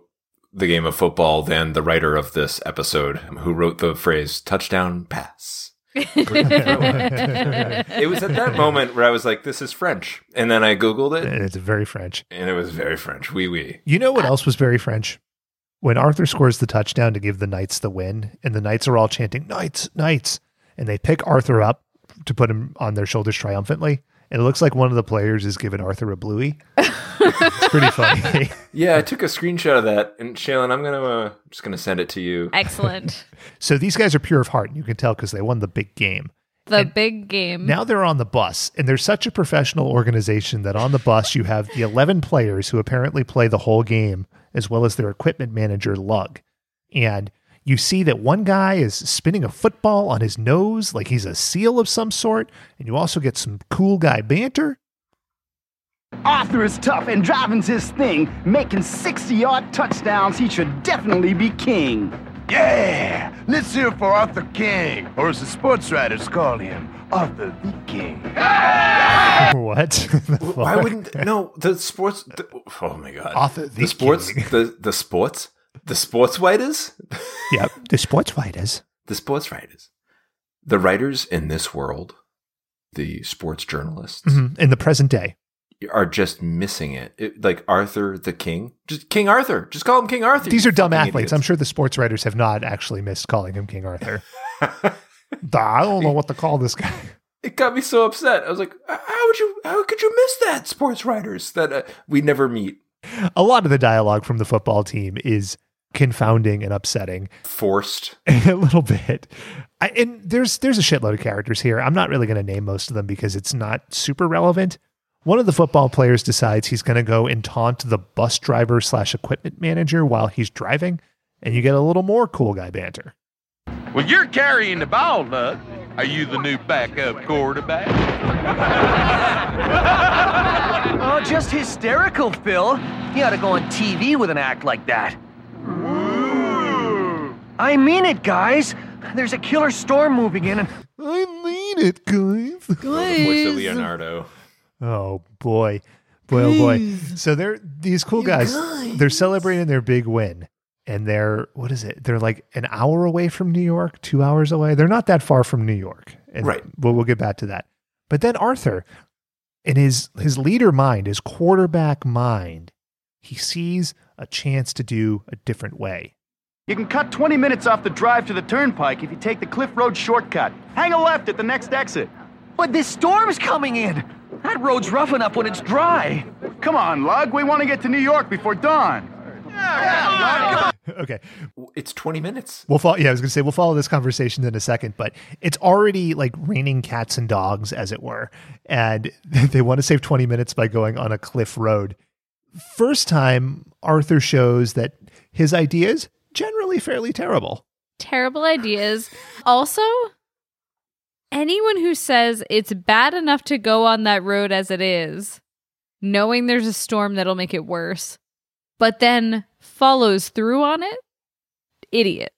the game of football than the writer of this episode who wrote the phrase touchdown pass. It was at that moment where I was like, this is French. And then I Googled it it's very French. and it was very French. Oui, oui. You know what else was very French? When Arthur scores the touchdown to give the Knights the win, and the Knights are all chanting, Knights, Knights. And they pick Arthur up to put him on their shoulders triumphantly. And it looks like one of the players is giving Arthur a bluey. it's pretty funny. Yeah, I took a screenshot of that. And Shailen, I'm gonna uh, I'm just gonna send it to you. Excellent. so these guys are pure of heart, and you can tell because they won the big game. The big game. Now they're on the bus, and they're such a professional organization that on the bus you have the 11 players who apparently play the whole game, as well as their equipment manager, Lug. And you see that one guy is spinning a football on his nose like he's a seal of some sort, and you also get some cool guy banter. Arthur is tough and driving's his thing. Making 60 yard touchdowns, he should definitely be king. Yeah! Let's hear it for Arthur King, or as the sports writers call him, Arthur the King. What? the fuck? Why wouldn't no the sports? The, oh my god! Arthur the the sports King. the the sports the sports writers Yep, the sports writers. the sports writers the writers in this world the sports journalists Mhm, In the present day. are just missing it. it. Like Arthur the King, just King Arthur. Just call him King Arthur. These you are dumb fucking athletes. I'm idiots. sure the sports writers have not actually missed calling him King Arthur. I don't know what to call this guy. It got me so upset. I was like, how would you? How could you miss that? Sports writers that uh, we never meet. a lot of the dialogue from the football team is confounding and upsetting Forced. a little bit. I, and there's there's a shitload of characters here. I'm not really going to name most of them because it's not super relevant. One of the football players decides he's going to go and taunt the bus driver slash equipment manager while he's driving, and you get a little more cool guy banter. Well, you're carrying the ball, Lug. Are you the new backup quarterback? Oh, just hysterical, Phil. You ought to go on TV with an act like that. I mean it, guys. There's a killer storm moving in, and I mean it, guys. Voice of Leonardo. Oh boy, boy, oh boy! So they're these cool guys. They're celebrating their big win, and they're what is it? They're like an hour away from New York, two hours away. They're not that far from New York, and Right. We'll, we'll get back to that. But then Arthur, in his his leader mind, his quarterback mind, he sees a chance to do a different way. You can cut 20 minutes off the drive to the turnpike if you take the Cliff Road shortcut. Hang a left at the next exit. but this storm's coming in. That road's rough enough when it's dry. Come on, Lug. We want to get to New York before dawn. okay. It's 20 minutes. We'll follow. Yeah, I was going to say we'll follow this conversation in a second, but it's already like raining cats and dogs, as it were, and they want to save twenty minutes by going on a cliff road. First time, Arthur shows that his ideas generally fairly terrible. terrible ideas. Also, anyone who says it's bad enough to go on that road as it is, knowing there's a storm that'll make it worse, but then follows through on it, idiot.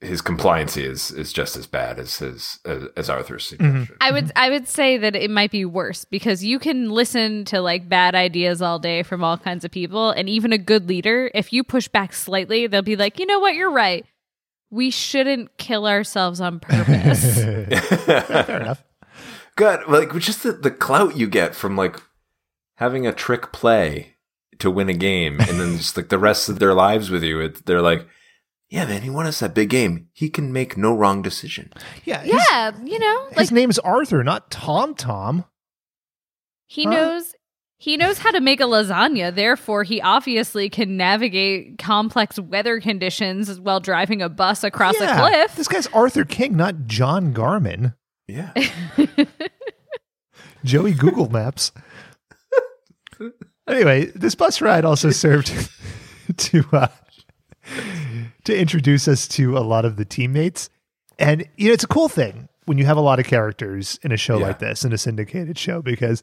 His compliancy is is just as bad as his as, as Arthur's suggestion. I would I would say that it might be worse because you can listen to like bad ideas all day from all kinds of people and even a good leader if you push back slightly they'll be like, "You know what? You're right. We shouldn't kill ourselves on purpose." Fair enough. God, like just the, the clout you get from like having a trick play to win a game, and then just like the rest of their lives with you, it, they're like, "Yeah, man, he won us that big game. He can make no wrong decision." Yeah. his- yeah, you know, his name is Arthur, not Tom Tom. He Huh? knows he knows how to make a lasagna, therefore he obviously can navigate complex weather conditions while driving a bus across Yeah, a cliff. This guy's Arthur King, not John Garmin. Yeah, Joey Google Maps. anyway, this bus ride also served to uh, to introduce us to a lot of the teammates, and you know it's a cool thing when you have a lot of characters in a show Yeah. like this in a syndicated show because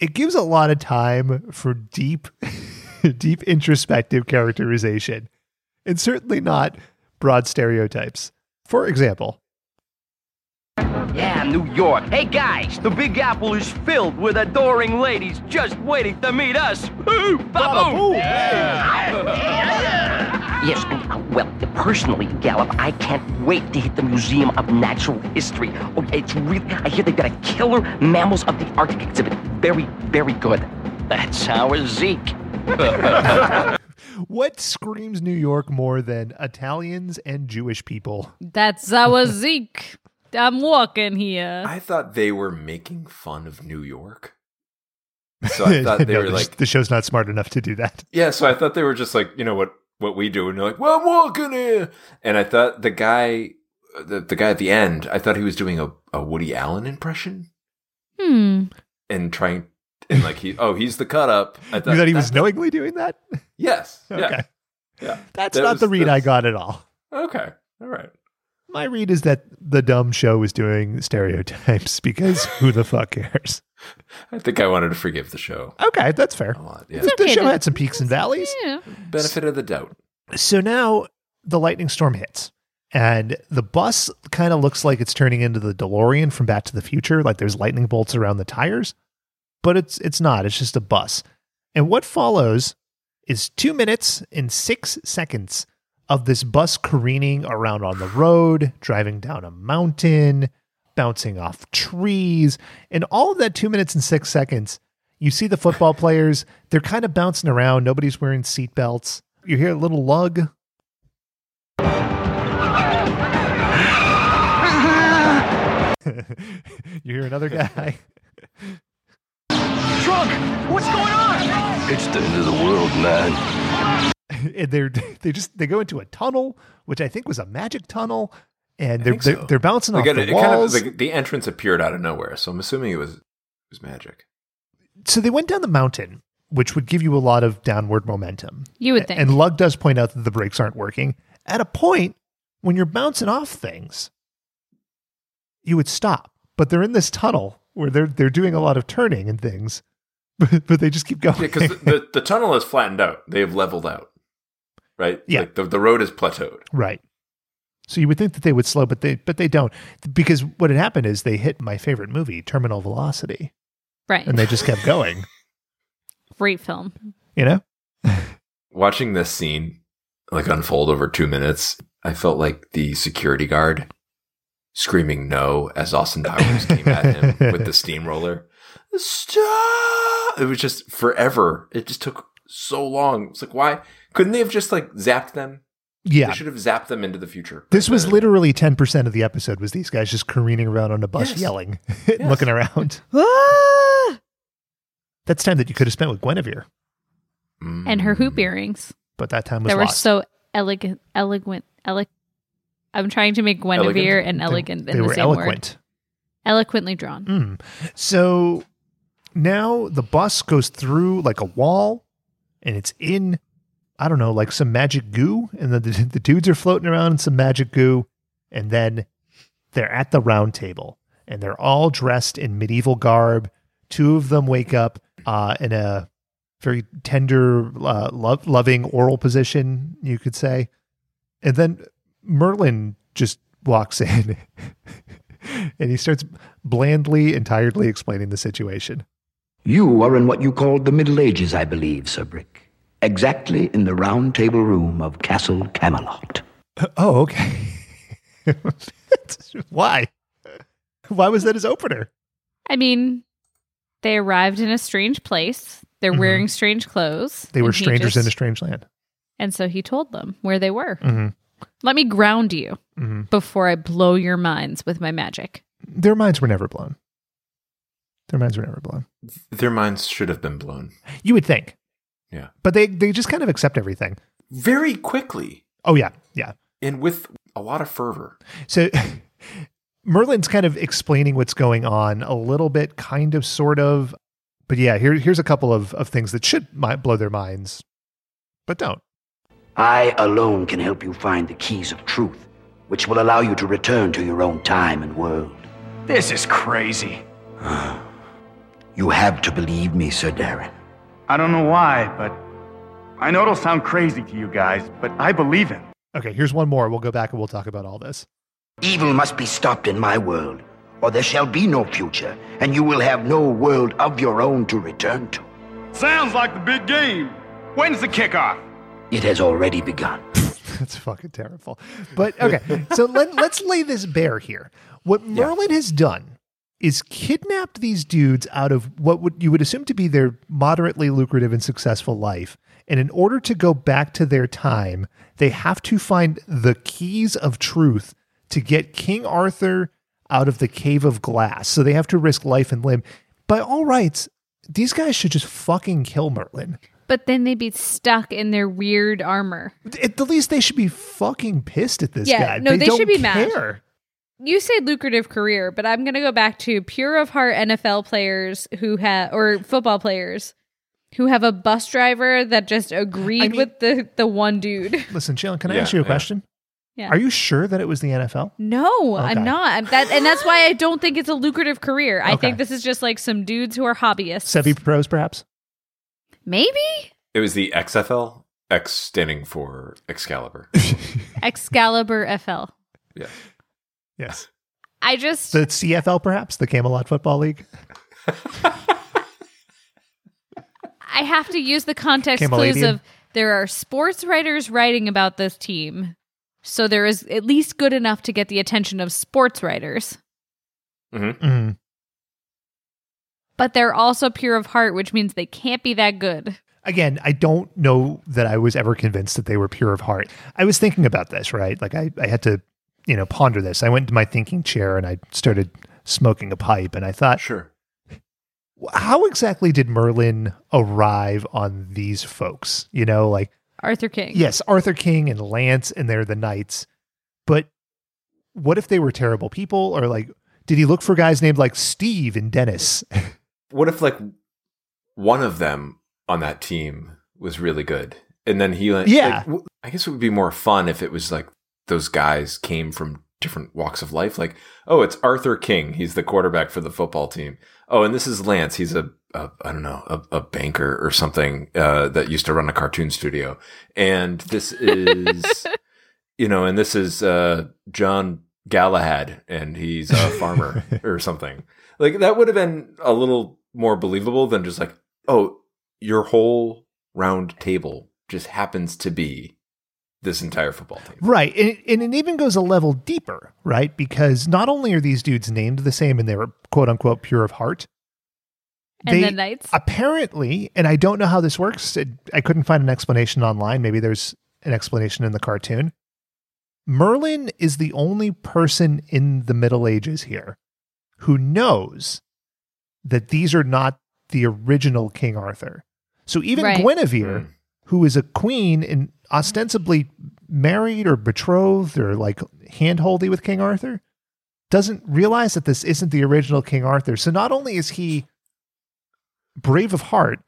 it gives a lot of time for deep, deep introspective characterization, and certainly not broad stereotypes. For example, Yeah, New York. Hey guys, the Big Apple is filled with adoring ladies just waiting to meet us. Ooh, ba-boom. Yes, and, uh, well, personally, Gallup, I can't wait to hit the Museum of Natural History. Oh, it's really, I hear they've got a killer Mammals of the Arctic exhibit. Very, very good. That's our Zeke. What screams New York more than Italians and Jewish people? That's our Zeke. I'm walking here. I thought they were making fun of New York, so I thought they No, were the sh- like, the show's not smart enough to do that. Yeah, so I thought they were just like, you know what what we do, and they're like, well, I'm walking here. And I thought the guy, the, the guy at the end, I thought he was doing a, a Woody Allen impression Hmm. and trying, and like he, oh, he's the cut up. I you thought he was that- knowingly doing that? Yes. Okay. Yeah. Yeah. That's That not was- the read I that's- got at all. Okay. All right. My read is that the dumb show was doing stereotypes because who the fuck cares? I think I wanted to forgive the show Okay, that's fair. a lot. Yeah. The okay show to- had some peaks and valleys. Yeah. Benefit of the doubt. So now the lightning storm hits, and the bus kind of looks like it's turning into the DeLorean from Back to the Future, like there's lightning bolts around the tires, but it's it's not. It's just a bus. And what follows is two minutes and six seconds of this bus careening around on the road, driving down a mountain, bouncing off trees, and all of that two minutes and six seconds you see the football players, they're kind of bouncing around. Nobody's wearing seatbelts. You hear a little lug. you hear another guy. What's going on? It's the end of the world, man. and they're they just they go into a tunnel, which I think was a magic tunnel, and they're think they're, so. they're bouncing off Like, it, the it kind of, walls. like, the entrance appeared out of nowhere, so I'm assuming it was it was magic. so they went down the mountain, which would give you a lot of downward momentum. You would think. And Lug does point out that the brakes aren't working. At a point when you're bouncing off things, you would stop. But they're in this tunnel where they're they're doing a lot of turning and things, but, but they just keep going. Yeah, because the, the, the tunnel is flattened out. They have leveled out, right? Yeah. Like the, the road is plateaued. right. So you would think that they would slow, but they but they don't because what had happened is they hit my favorite movie, Terminal Velocity, right. and they just kept going. Great film. You know, Watching this scene like unfold over two minutes, I felt like the security guard screaming no as Austin Powers came at him with the steamroller. Stop! It was just forever. It just took so long. It's like, why couldn't they have just like zapped them? yeah. They should have zapped them into the future. Uh, This was literally ten percent of the episode was these guys just careening around on a bus, Yes. yelling, Yes. looking around. Ah! That's time that you could have spent with Guinevere, mm. and her hoop earrings but that time was that were Mm. lost. so elegant, eloquent, ele- I'm trying to make Guinevere and elegant They, in they the were same word. eloquent. Eloquently drawn. Hmm. So now the bus goes through like a wall, and it's in, I don't know, like some magic goo, and the the, the dudes are floating around in some magic goo, and then they're at the round table, and they're all dressed in medieval garb. Two of them wake up uh, in a very tender, uh, love, loving oral position, you could say. And then Merlin just walks in and he starts blandly and tiredly explaining the situation. You are in what you called the Middle Ages, I believe, Sir Brick. Exactly in the round table room of Castle Camelot. Oh, okay. Why? Why was that his opener? I mean, they arrived in a strange place. They're wearing strange clothes. Mm-hmm. They were and he strangers in just- a strange land. And so he told them where they were. Mm-hmm. Let me ground you before I blow your minds with my magic. Their minds were never blown. Their minds were never blown. Their minds should have been blown. You would think, Yeah. but they they just kind of accept everything. Very quickly Oh yeah, yeah. and with a lot of fervor. So Merlin's kind of explaining what's going on a little bit, kind of, sort of. But yeah, here, here's a couple of, of things that should might blow their minds, but don't. I alone can help you find the keys of truth, which will allow you to return to your own time and world. This is crazy. You have to believe me, Sir Darren. I don't know why, but I know it'll sound crazy to you guys, but I believe him. Okay, here's one more. We'll go back and we'll talk about all this. Evil must be stopped in my world, or there shall be no future, and you will have no world of your own to return to. Sounds like the big game. When's the kickoff? It has already begun. That's fucking terrible. But okay, so let, let's lay this bare here. What Merlin has done is kidnapped these dudes out of what would you would assume to be their moderately lucrative and successful life. And in order to go back to their time, they have to find the keys of truth to get King Arthur out of the cave of glass. So they have to risk life and limb. By all rights, these guys should just fucking kill Merlin. But then they'd be stuck in their weird armor. At the least, they should be fucking pissed at this guy. Yeah, no, they don't should be mad. care. You say lucrative career, but I'm going to go back to pure of heart NFL players who have, or football players who have a bus driver that just agreed mean- with the, the one dude. Listen, Jalen, can I Yeah, ask you a yeah. question? Yeah. Are you sure that it was the NFL? No, Okay. I'm not. I'm that, and that's why I don't think it's a lucrative career. I Okay. think this is just like some dudes who are hobbyists. Sevi pros, perhaps? Maybe It was the XFL, X standing for Excalibur. Excalibur FL. yeah. Yes. I just The CFL, perhaps? The Camelot Football League? I have to use the context clues Cameladian. of there are sports writers writing about this team. So there is at least good enough to get the attention of sports writers. Mm. But they're also pure of heart, which means they can't be that good. Again, I don't know that I was ever convinced that they were pure of heart. I was thinking about this, right? Like, I, I had to, you know, ponder this. I went to my thinking chair and I started smoking a pipe and I thought, Sure. how exactly did Merlin arrive on these folks? You know, like, Arthur King. Yes, Arthur King and Lance, and they're the knights. But what if they were terrible people? Or like, did he look for guys named like Steve and Dennis? What if like one of them on that team was really good, and then he like, Yeah. like, w- I guess it would be more fun if it was like those guys came from different walks of life. Like, oh, it's Arthur King. He's the quarterback for the football team. Oh, and this is Lance. He's a, a I don't know, a, a banker or something uh, that used to run a cartoon studio. And this is, you know, and this is uh, John Galahad, and he's a farmer or something. Like that would have been a little more believable than just like, oh, your whole round table just happens to be this entire football team. right. And it, and it even goes a level deeper, right? Because not only are these dudes named the same and they were quote unquote pure of heart, And the knights. apparently, and I don't know how this works. It, I couldn't find an explanation online. Maybe there's an explanation in the cartoon. Merlin is the only person in the Middle Ages here who knows that these are not the original King Arthur. So even Right. Guinevere, Hmm. who is a queen and ostensibly married or betrothed or like handholdy with King Arthur, doesn't realize that this isn't the original King Arthur. So not only is he brave of heart,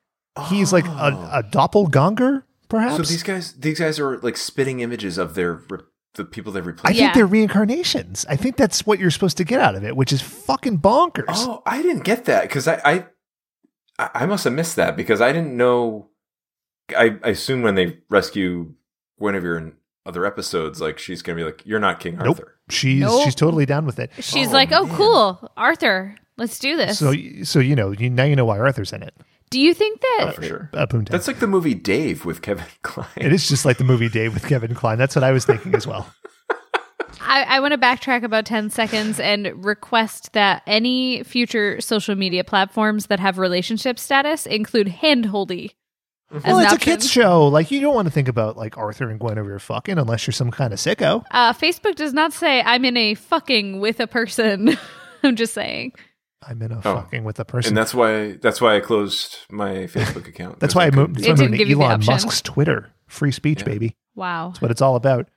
he's like a, a doppelganger, perhaps. Oh. So these guys, these guys are like spitting images of their re- the people they I replaced. Yeah. think they're reincarnations. I think that's what you're supposed to get out of it, which is fucking bonkers. Oh, I didn't get that because I, I I I must have missed that because I didn't know. I, I assume when they rescue Guinevere in other episodes, like she's gonna be like, "You're not King nope. Arthur." She's Nope. she's totally down with it. She's Oh, like, oh, man. cool, Arthur, let's do this. So so you know you, now you know why Arthur's in it. do you think that Oh, for sure. Uh, Boomtown. That's like the movie Dave with Kevin Kline. it is just like the movie Dave with Kevin Klein. That's what I was thinking as well. I, I want to backtrack about 10 seconds and request that any future social media platforms that have relationship status include handholdy. Mm-hmm. as well, an it's a option. kids show. Like you don't want to think about like Arthur and Guinevere fucking unless you're some kind of sicko. Uh, Facebook does not say I'm in a fucking with a person. I'm just saying. I'm in a fucking with a person. Oh. and that's why that's why I clased my Facebook account. that's 'cause why I couldn't- moved. That's why I It didn't moved give to you the Elon option. Musk's Twitter. Free speech, Yeah. baby. Wow. That's what it's all about.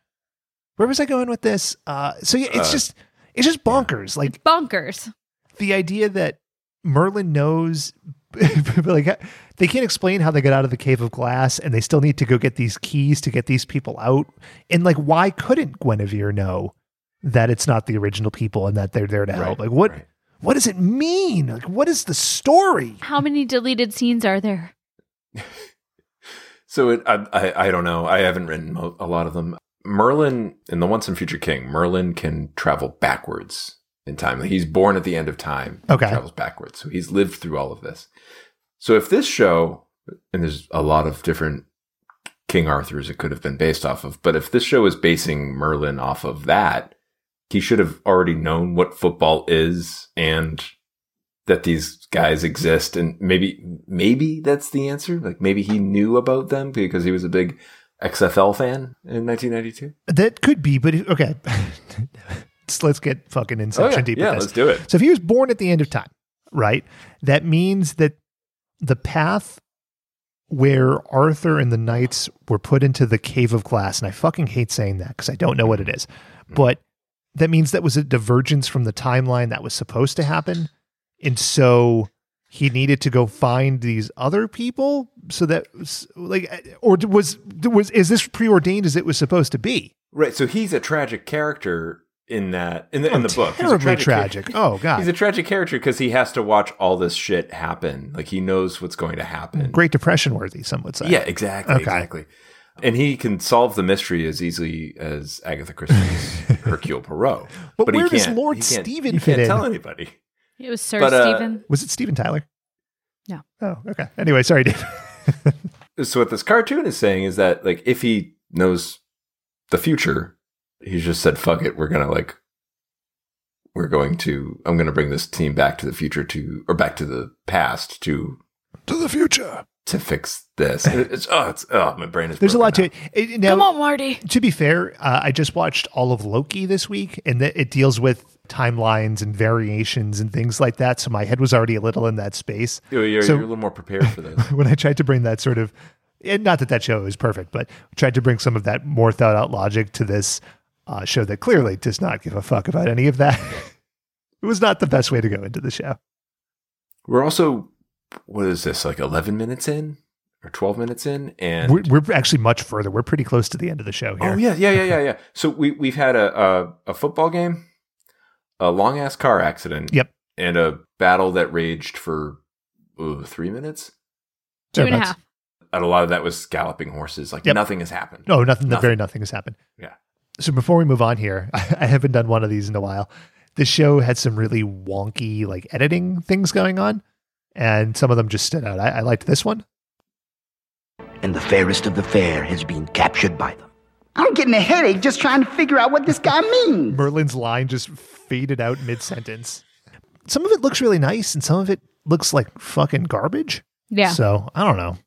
Where was I going with this? Uh, so yeah, it's Uh, just it's just bonkers. Like It's bonkers. the idea that Merlin knows, but, like they can't explain how they got out of the cave of glass, and they still need to go get these keys to get these people out. And like, why couldn't Guinevere know that it's not the original people and that they're there to help? Like, what right. what does it mean? Like, what is the story? How many deleted scenes are there? So it, I, I I don't know. I haven't written mo- a lot of them. Merlin in the Once and Future King, Merlin can travel backwards in time. Like, He's born at the end of time. and Okay. travels backwards, so he's lived through all of this. So if this show, and there's a lot of different King Arthur's it could have been based off of, but if this show is basing Merlin off of that, he should have already known what football is and that these guys exist and maybe maybe that's the answer like maybe he knew about them because he was a big XFL fan in 1992 That could be, but it- okay, Let's- let's get fucking inception Oh, yeah, deep. yeah with this. let's do it So if he was born at the end of time, right? That means that the path where Arthur and the knights were put into the cave of glass, and I fucking hate saying that because I don't know what it is, Mm. but that means that was a divergence from the timeline that was supposed to happen. And so he needed to go find these other people so that like uh, or was was is this preordained as it was supposed to be right so he's a tragic character in that in the, in the book He's a Oh, terribly character. tragic oh god he's a tragic character because he has to watch all this shit happen like he knows what's going to happen great depression worthy some would say yeah exactly Okay. exactly and he can solve the mystery as easily as Agatha Christie's Hercule Poirot But he where does can't- Lord he can't- Stephen he fit can't in? tell anybody It was Sir But, uh, Stephen. Was it Steven Tyler? No. Oh, okay. Anyway, sorry, Dave. so what this cartoon is saying is that like if he knows the future he just said fuck it we're gonna like we're going to i'm gonna bring this team back to the future to or back to the past to to the future. to fix this it's oh it's oh my brain is There's a broken lot to now. it. It- it- now, Come on, Marty. To be fair, uh, I just watched all of Loki this week, and th- it deals with timelines and variations and things like that. So my head was already a little in that space. you're, you're, So- you're a little more prepared for this when I tried to bring that sort of, and not that that show is perfect, but tried to bring some of that more thought out logic to this uh, show that clearly does not give a fuck about any of that. it was not the best way to go into the show. we're also what is this like 11 minutes in or 12 minutes in and We're, we're actually much further. We're pretty close to the end of the show here. Oh yeah, yeah, yeah, yeah, yeah. So we we've had a a, a football game, a long ass car accident, Yep. and a battle that raged for ooh, three minutes. Two and a Thereabouts. half. And a lot of that was galloping horses. Like Yep. nothing has happened. No, nothing, Nothing. Very nothing has happened. Yeah. So before we move on here, I haven't done one of these in a while. The show had some really wonky like editing things going on, and some of them just stood out. I, I liked this one. And the fairest of the fair has been captured by them. I'm getting a headache just trying to figure out what this guy means. Merlin's line just faded out mid sentence. Some of it looks really nice, and some of it looks like fucking garbage. Yeah. So I don't know.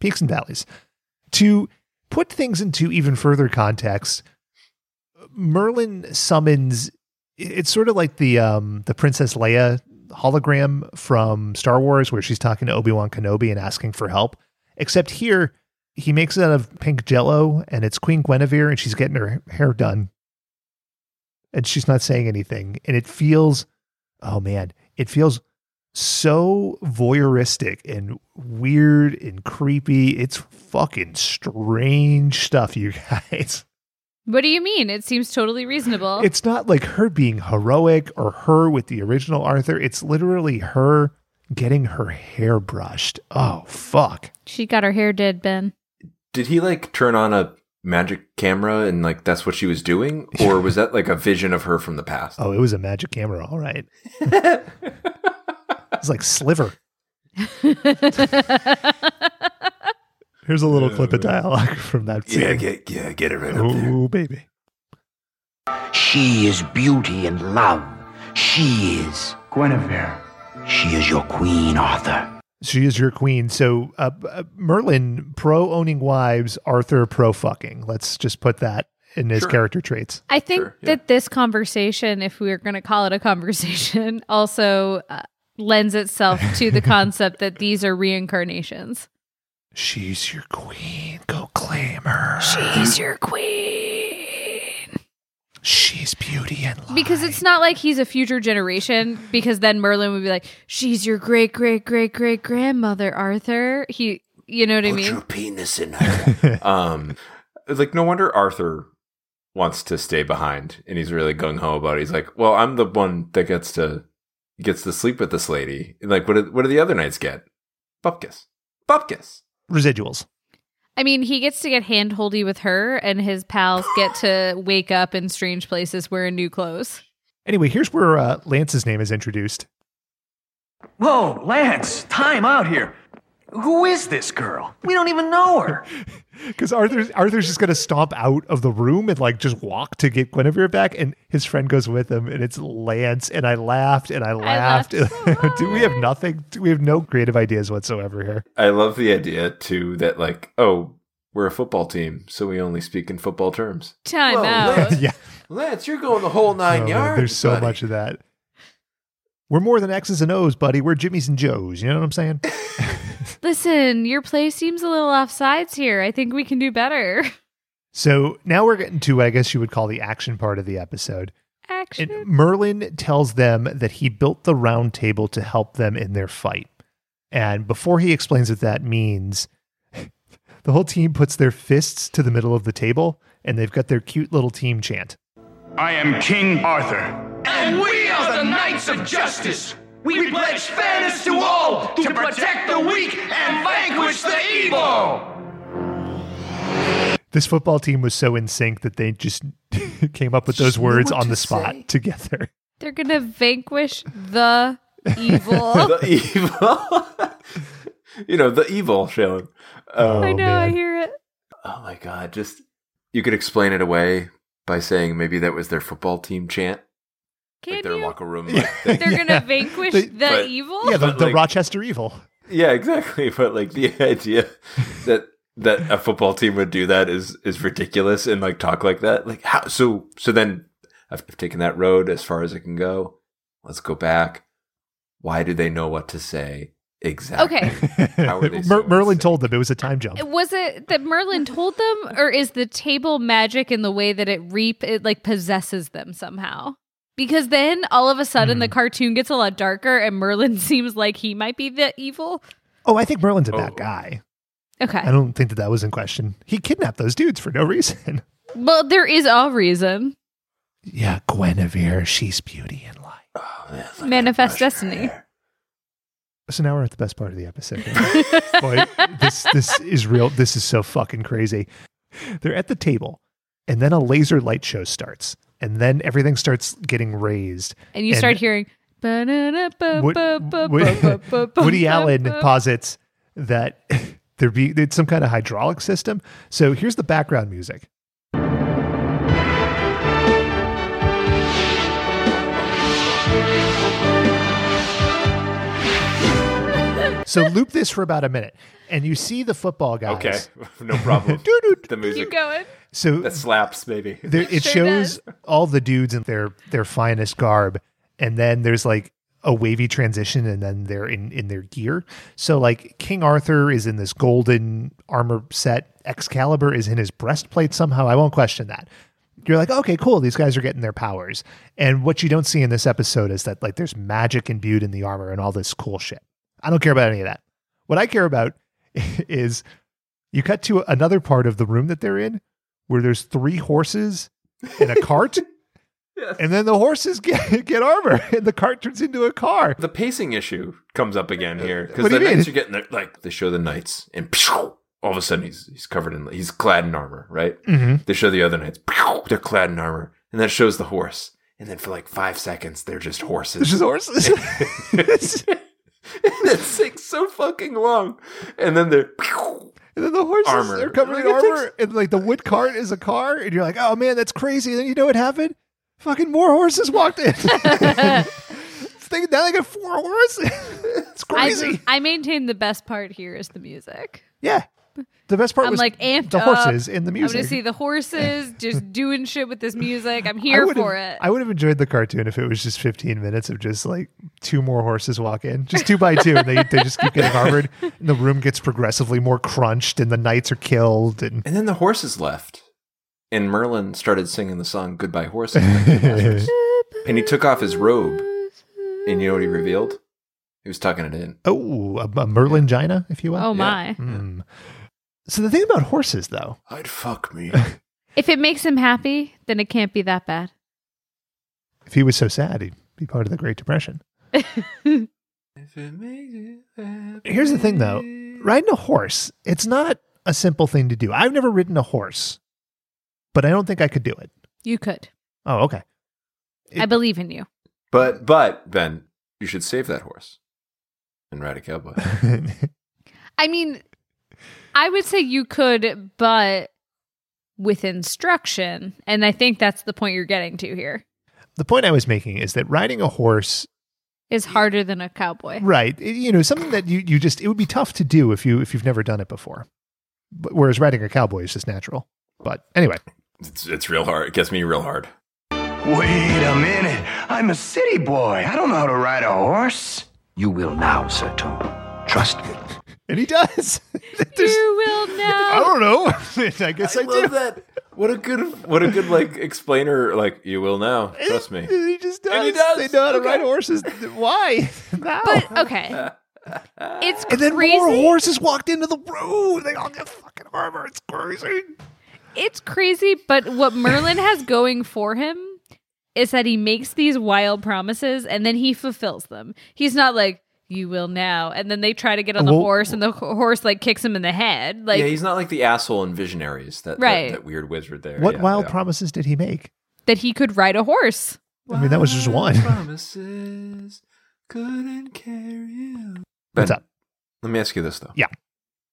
Peaks and valleys. To put things into even further context, Merlin summons. It's sort of like the um, the Princess Leia hologram from Star Wars where she's talking to Obi Wan Kenobi and asking for help. Except here, he makes it out of pink jello and it's Queen Guinevere and she's getting her hair done. And she's not saying anything. And it feels, oh man, it feels so voyeuristic and weird and creepy. It's fucking strange stuff, you guys. What do you mean? It seems totally reasonable. It's not like her being heroic or her with the original Arthur. It's literally her getting her hair brushed. Oh, fuck. she got her hair did, Ben. Did he like turn on a magic camera and like that's what she was doing? Or was that like a vision of her from the past? Oh, it was a magic camera. All right. it's like Sliver. Here's a little clip of dialogue from that scene. Yeah, get- yeah, get it right oh, up there. baby. She is beauty and love. She is Guinevere. She is your queen, Arthur. She is your queen. So uh, uh, Merlin pro owning wives, Arthur pro fucking. Let's just put that in his character traits. I think that this conversation, if we are going to call it a conversation, also uh, lends itself to the concept that these are reincarnations. She's your queen. Go claim her. She's your queen. She's beauty and love. Because it's not like he's a future generation, because then Merlin would be like, she's your great, great, great, great grandmother, Arthur. He, you know Oh, what I Put your mean? penis in her. um like no wonder arthur wants to stay behind and he's really gung-ho about it he's like well i'm the one that gets to gets to sleep with this lady and like what do, what do the other knights get bupkis bupkis Residuals. I mean, he gets to get hand holdy with her, and his pals get to wake up in strange places wearing new clothes. Anyway, here's where uh, Lance's name is introduced. Whoa, Lance, time out here. Who is this girl? We don't even know her. Because Arthur's Arthur's just gonna stomp out of the room and like just walk to get Guinevere back, and his friend goes with him, and it's Lance. And I laughed and I laughed. Do we have nothing? Do we have no creative ideas whatsoever here? i love the idea too that like oh we're a football team so we only speak in football terms Time Whoa, out. yeah, lance you're going the whole nine Oh, yards there's so buddy. much of that. We're more than X's and O's, buddy. We're Jimmy's and Joe's. You know what I'm saying? Listen, your play seems a little offsides here. I think we can do better. So now we're getting to what I guess you would call the action part of the episode. Action. And Merlin tells them that he built the round table to help them in their fight. And before he explains what that means, the whole team puts their fists to the middle of the table and they've got their cute little team chant. I am King Arthur. And we are the Knights of Justice. We pledge fairness to all to protect the weak and vanquish the evil. This football team was so in sync that they just came up with those words on the spot together. They're going to vanquish the evil. the evil you know the evil Shailen. Oh, I know, I man. hear it. Oh my god, just you could explain it away by saying maybe that was their football team chant, Can like their you? locker room. Like, thing. They're Yeah. going to vanquish They- the But- evil? Yeah, the, But, the like- Rochester evil. yeah, exactly. But like the idea that that a football team would do that is is ridiculous and like talk like that. Like how? So so then I've taken that road as far as it can go. Let's go back. Why do they know what to say exactly? Okay. How are they so Mer- in Merlin sync? told them it was a time jump. Was it that Merlin told them, or is the table magic in the way that it reap it like possesses them somehow? Because then all of a sudden Hmm. the cartoon gets a lot darker, and Merlin seems like he might be the evil. Oh, I think Merlin's a Oh. bad guy. I Okay, don't think that that was in question. He kidnapped those dudes for no reason. well there is a reason. Yeah, Guinevere, she's beauty and light. Manifest destiny. So now we're at the best part of the episode. Boy, this this is real. This is so fucking crazy. They're at the table, and then a laser light show starts, and then everything starts getting raised. and you And- start hearing Wo- Wo- Woody Allen posits that there be it's some kind of hydraulic system. So here's the background music. So loop this for about a minute, and you see the football guys. Okay, no problem. Doo-doo. the Keep music going. So that slaps, maybe. there, it Sure shows all the dudes in their their finest garb, and then there's like a wavy transition and then they're in in their gear. So like King Arthur is in this golden armor set, Excalibur is in his breastplate somehow. I won't question that. You're like, okay, cool. These guys are getting their powers. And what you don't see in this episode is that like there's magic imbued in the armor and all this cool shit. I don't care about any of that. What I care about is you cut to another part of the room that they're in where there's three horses and a cart. And then the horses get, get armor and the cart turns into a car. The pacing issue comes up again here because What do the you mean? knights are getting their, like they show the knights and pew, all of a sudden he's he's covered in he's clad in armor, right? Mm-hmm. Mhm. They show the other knights, pew, they're clad in armor, and that shows the horse. And then for like five seconds, they're just horses. It's just horses. It's takes so fucking long, and then they're pew, And then the horses Armor. are covered in Like, it armor, and like the wood cart is a car, and you're like, oh man, that's crazy. And then you know what happened? Fucking more horses walked in. This thing- now they got four horses. it's I, crazy. I maintain the best part here is the music. yeah. The best part I'm was like amped the up. horses in the music. I'm gonna see the horses just doing shit with this music. I'm I here would've- for it. I would have enjoyed the cartoon if it was just 15 minutes of just like two more horses walk in, just two by two, and they, they just keep getting armored, and the room gets progressively more crunched, and the knights are killed, and and then the horses left, and Merlin started singing the song "Goodbye Horses," and he took off his robe, and you know what he revealed? He was tucking it in. oh, a, a Merlin Gina, if you will. oh my! Mm. So the thing about horses, though, I'd fuck me. If it makes him happy, then it can't be that bad. if he was so sad, he'd be part of the Great Depression. Here's the thing, though riding a horse, it's not a simple thing to do. I've never ridden a horse, but I don't think I could do it. You could. Oh, okay. I believe in you. But but Ben, you should save that horse and ride a cowboy. I mean, I would say you could, but with instruction, and I think that's the point you're getting to here. the point I was making is that riding a horse, Is harder than a cowboy. right? it- you know, something that you, you just it would be tough to do if you if you've never done it before. But, whereas riding a cowboy is just natural. But anyway, It's, it's real hard. It gets me real hard. Wait a minute. I'm a city boy. I don't know how to ride a horse. You will now, Sir Tom. Trust me. and he does. There's- You will I know. don't know. I guess I, do. that. What a good what a good like explainer. Like you will now. Trust me. He just does. he does. They know how to Okay. ride horses. Why? How? But okay, it's and then crazy. more horses walked into the room. They all get fucking armor. It's crazy. It's crazy, but what Merlin has going for him is that he makes these wild promises and then he fulfills them. He's not like you will now, and then they try to get on the Well- horse, and the ho- horse like kicks him in the head. Like yeah, he's not like the asshole in Visionaries. That that- Right. that, weird wizard there. What Yeah, wild yeah. promises did he make? that he could ride a horse. I mean, that was just one. Promises couldn't carry you. Ben, What's up? Let me ask you this though. Yeah.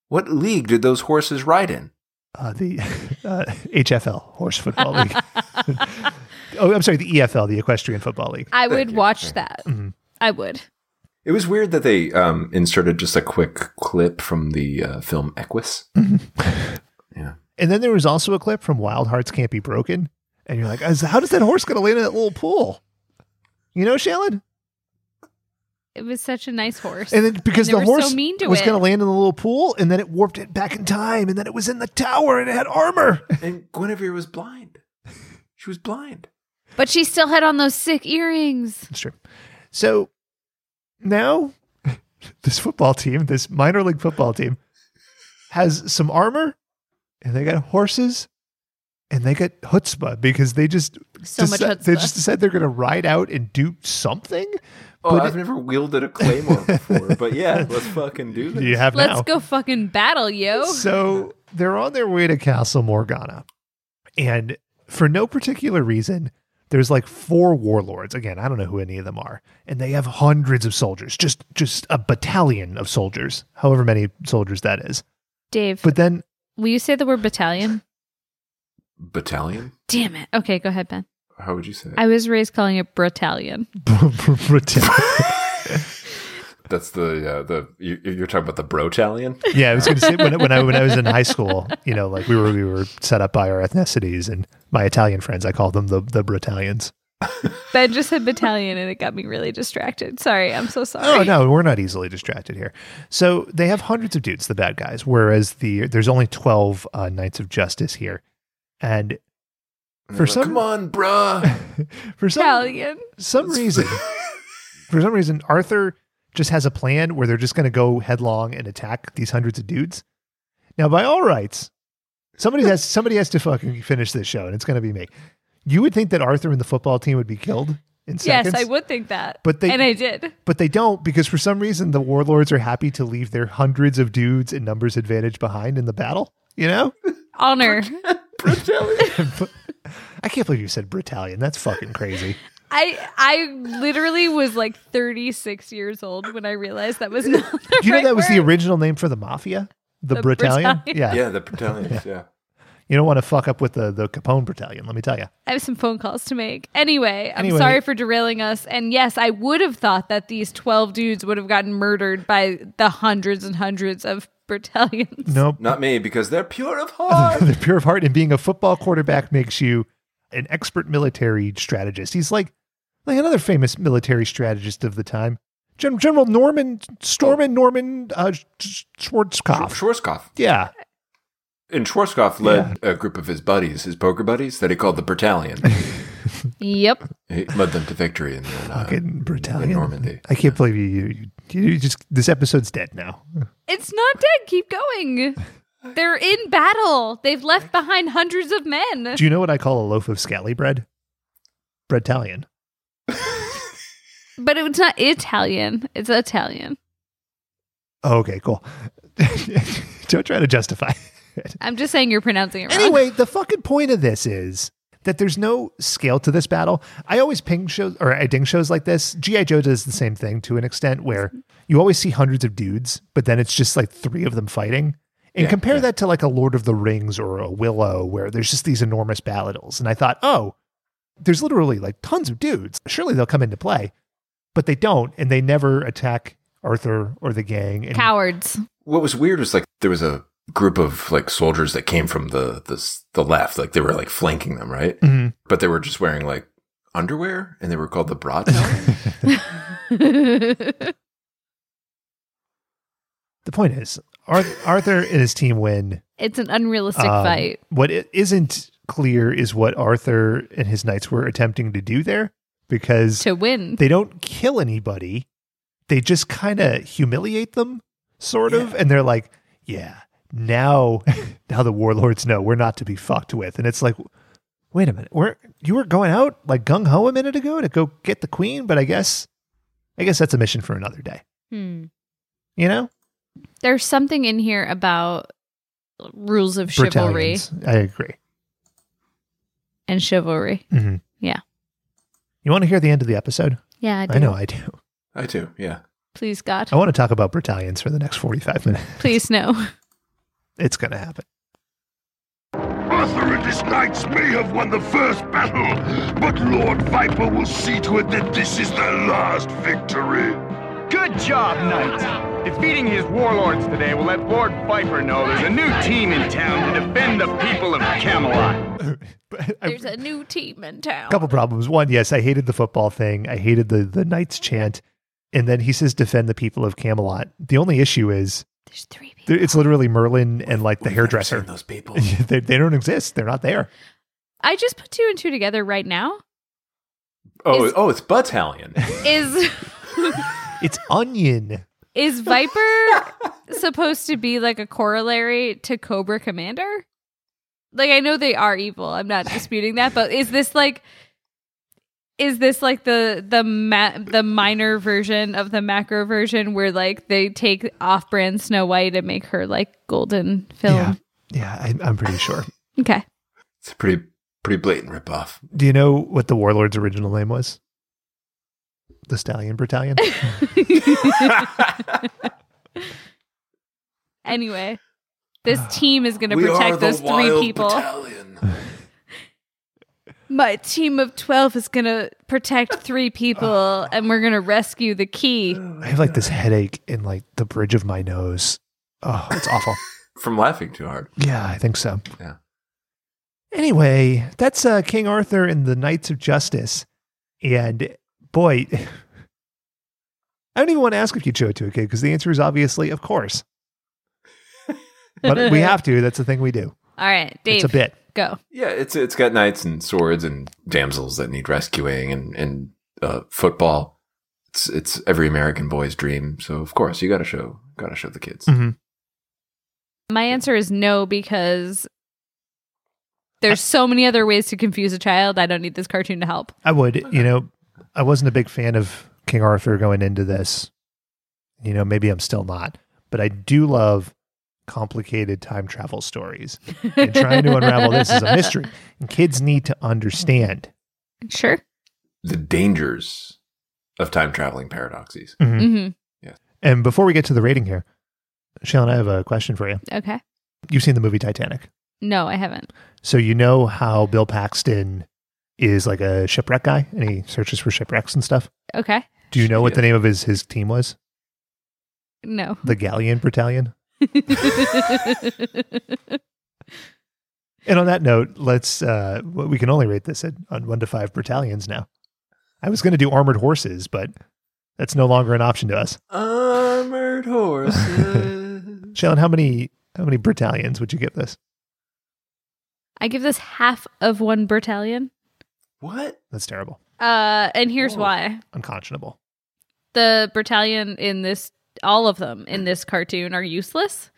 What league did those horses ride in? Uh, the uh, HFL Horse Football League. oh, I'm sorry, the EFL, the Equestrian Football League. I would you. watch that. Mhm. I would. It was weird that they um, inserted just a quick clip from the uh, film Equus. And then there was also a clip from Wild Hearts Can't Be Broken, and you're like, "Is- how does that horse gonna land in that little pool? You know, Shallon? It was such a nice horse. And then because They the were horse so mean to was it. going to land in the little pool, and then it warped it back in time, and then it was in the tower, and it had armor. And Guinevere was blind. She was blind. but she still had on those sick earrings. That's true. So now this football team, this minor league football team, has some armor, and they got horses, and they got chutzpah because they just So much decide- they chutzpah. just decided they're going to ride out and do something. Oh, But I've never wielded a claymore before, but yeah, let's fucking do this. You have Let's now. go fucking battle, yo. So they're on their way to Castle Morgana. And for no particular reason, there's like four warlords. Again, I don't know who any of them are. And they have hundreds of soldiers, just just a battalion of soldiers, however many soldiers that is. Dave, But then will you say the word battalion? Battalion? Damn it. Okay, go ahead, Ben. How would you say that? I was raised calling it battalion. That's the uh, the you, you're talking about the Brotallion. Yeah, I was going to say when, when I when I was in high school, you know, like we were we were set up by our ethnicities and my Italian friends, I called them the the Britalians. Ben just said battalion and it got me really distracted. Sorry, I'm so sorry. Oh no, we're not easily distracted here. So they have hundreds of dudes, the bad guys, whereas the there's only twelve uh, Knights of Justice here, and for some Come on, bruh. for some Battalion. some reason for some reason Arthur just has a plan where they're just going to go headlong and attack these hundreds of dudes. Now, by all rights, somebody has somebody has to fucking finish this show, and it's going to be me. You would think that Arthur and the football team would be killed in seconds. Yes, I would think that. But they- and I did. But they don't because for some reason the warlords are happy to leave their hundreds of dudes and numbers advantage behind in the battle. You know, Honor. I can't believe you said Britalian. That's fucking crazy. I I literally was like 36 years old when I realized that was not. The Do you right know that was the word. original name for the mafia? The, The Britalian? Britalian. Yeah. yeah, the Battalions. yeah. You don't want to fuck up with the, the Capone Battalion, let me tell you. I have some phone calls to make. Anyway, I'm Anyway. sorry for derailing us. And yes, I would have thought that these 12 dudes would have gotten murdered by the hundreds and hundreds of Bertalians. Nope. Not me, because they're pure of heart. the pure of heart and being a football quarterback makes you an expert military strategist. He's like like another famous military strategist of the time, Gen- General Norman Storman Norman uh, Sch- Schwarzkopf. Schwarzkopf. Yeah, And Schwarzkopf led a group of his buddies, his poker buddies, that he called the Battalion. Yep. he led them to victory in, in, uh, fucking Battalion. in Normandy. I can't believe you, you. you- You just this episode's dead now. It's not dead. Keep going. They're in battle. They've left behind hundreds of men. Do you know what I call a loaf of scally bread? Breadtalian. But it's not Italian. It's Italian. Oh, okay, cool. Don't try to justify. it. I'm just saying you're pronouncing it wrong. Anyway, the fucking point of this is that there's no scale to this battle. I always ping shows or I ding shows like this. G.I. Joe does the same thing to an extent where you always see hundreds of dudes, but then it's just like three of them fighting. And Yeah, compare yeah. that to like a Lord of the Rings or a Willow where there's just these enormous battles. And I thought, oh, there's literally like tons of dudes. Surely they'll come into play, but they don't. And they never attack Arthur or the gang. And Cowards. What was weird was like there was a group of like soldiers that came from the the, s- the left, like they were like flanking them, right? Mhm. But they were just wearing like underwear, and they were called the Brattalion. in the point is, Arth- Arthur and his team win. It's an unrealistic Um, fight. What it isn't clear is what Arthur and his knights were attempting to do there because To win. they don't kill anybody. They just kind of humiliate them, sort of. And they're like, yeah, now, now the warlords know we're not to be fucked with. And it's like, wait a minute, we're, you were going out like gung ho a minute ago to go get the queen, but I guess, I guess that's a mission for another day, Hmm. you know? There's something in here about rules of chivalry Bertalians. I agree. and chivalry. Mhm. Yeah. You want to hear the end of the episode? Yeah, I do. I know Oh. I do. I too, yeah. Please, God. I want to talk about Bertalians for the next 45 minutes. Please, no. It's going to happen. Arthur and his knights may have won the first battle, but Lord Viper will see to it that this is their last victory. Good job, Knights. Defeating his warlords today will let Lord Viper know there's a new team in town to defend the people of Camelot. But I- There's a new team in town. couple problems. One, yes, I hated the football thing. I hated the the knights chant. And then he says defend the people of Camelot. The only issue is There's three people. th- it's literally Merlin and like the We've never hairdresser. seen Those people. they, they don't exist. They're not there. I just put two and two together right now. Oh, Is- oh, it's Battalion. Is It's Onion. is Viper supposed to be like a corollary to Cobra Commander? Like I know they are evil. I'm not disputing that, but is this like is this like the the ma- the minor version of the macro version where like they take off brand Snow White and make her like golden film? Yeah. Yeah, I, I'm pretty sure. Okay. It's a pretty pretty blatant ripoff. Do you know what the warlord's original name was? The Stallion Battalion? Anyway, this team is going to We are protect the those three wild people. Battalion. My team of 12 is going to protect three people and we're going to rescue the key. I have like this headache in like the bridge of my nose. Oh, it's awful. From laughing too hard. Yeah, I think so. Yeah. Anyway, that's uh, King Arthur and the Knights of Justice. And boy, I don't even want to ask if you'd show it to a kid because the answer is obviously, of course. but we have to. That's the thing we do. All right, Dave. It's a bit. Go. Yeah, it's it's got knights and swords and damsels that need rescuing and and uh, football. It's it's every American boy's dream. So of course you got to show got to show the kids. My answer is no because there's so many other ways to confuse a child. I don't need this cartoon to help. I would, you know, I wasn't a big fan of King Arthur going into this. You know, maybe I'm still not, but I do love complicated time travel stories. And trying to unravel this is a mystery. And kids need to understand. Sure. The dangers of time traveling paradoxes. hmm And before we get to the rating here, Shailen, I have a question for you. Okay. You've seen the movie Titanic. No, I haven't. So you know how Bill Paxton is like a shipwreck guy and he searches for shipwrecks and stuff. Okay. Do you know what the name of his, his team was? No. The Galleon Battalion? And on that note, let's uh w- we can only rate this at on one to five battalions now. I was gonna do armored horses, but that's no longer an option to us. Armored horses. Shailen, how many how many battalions would you give this? I give this half of one battalion. what? That's terrible. Uh, and here's why. Unconscionable. the battalion in this all of them in this cartoon are useless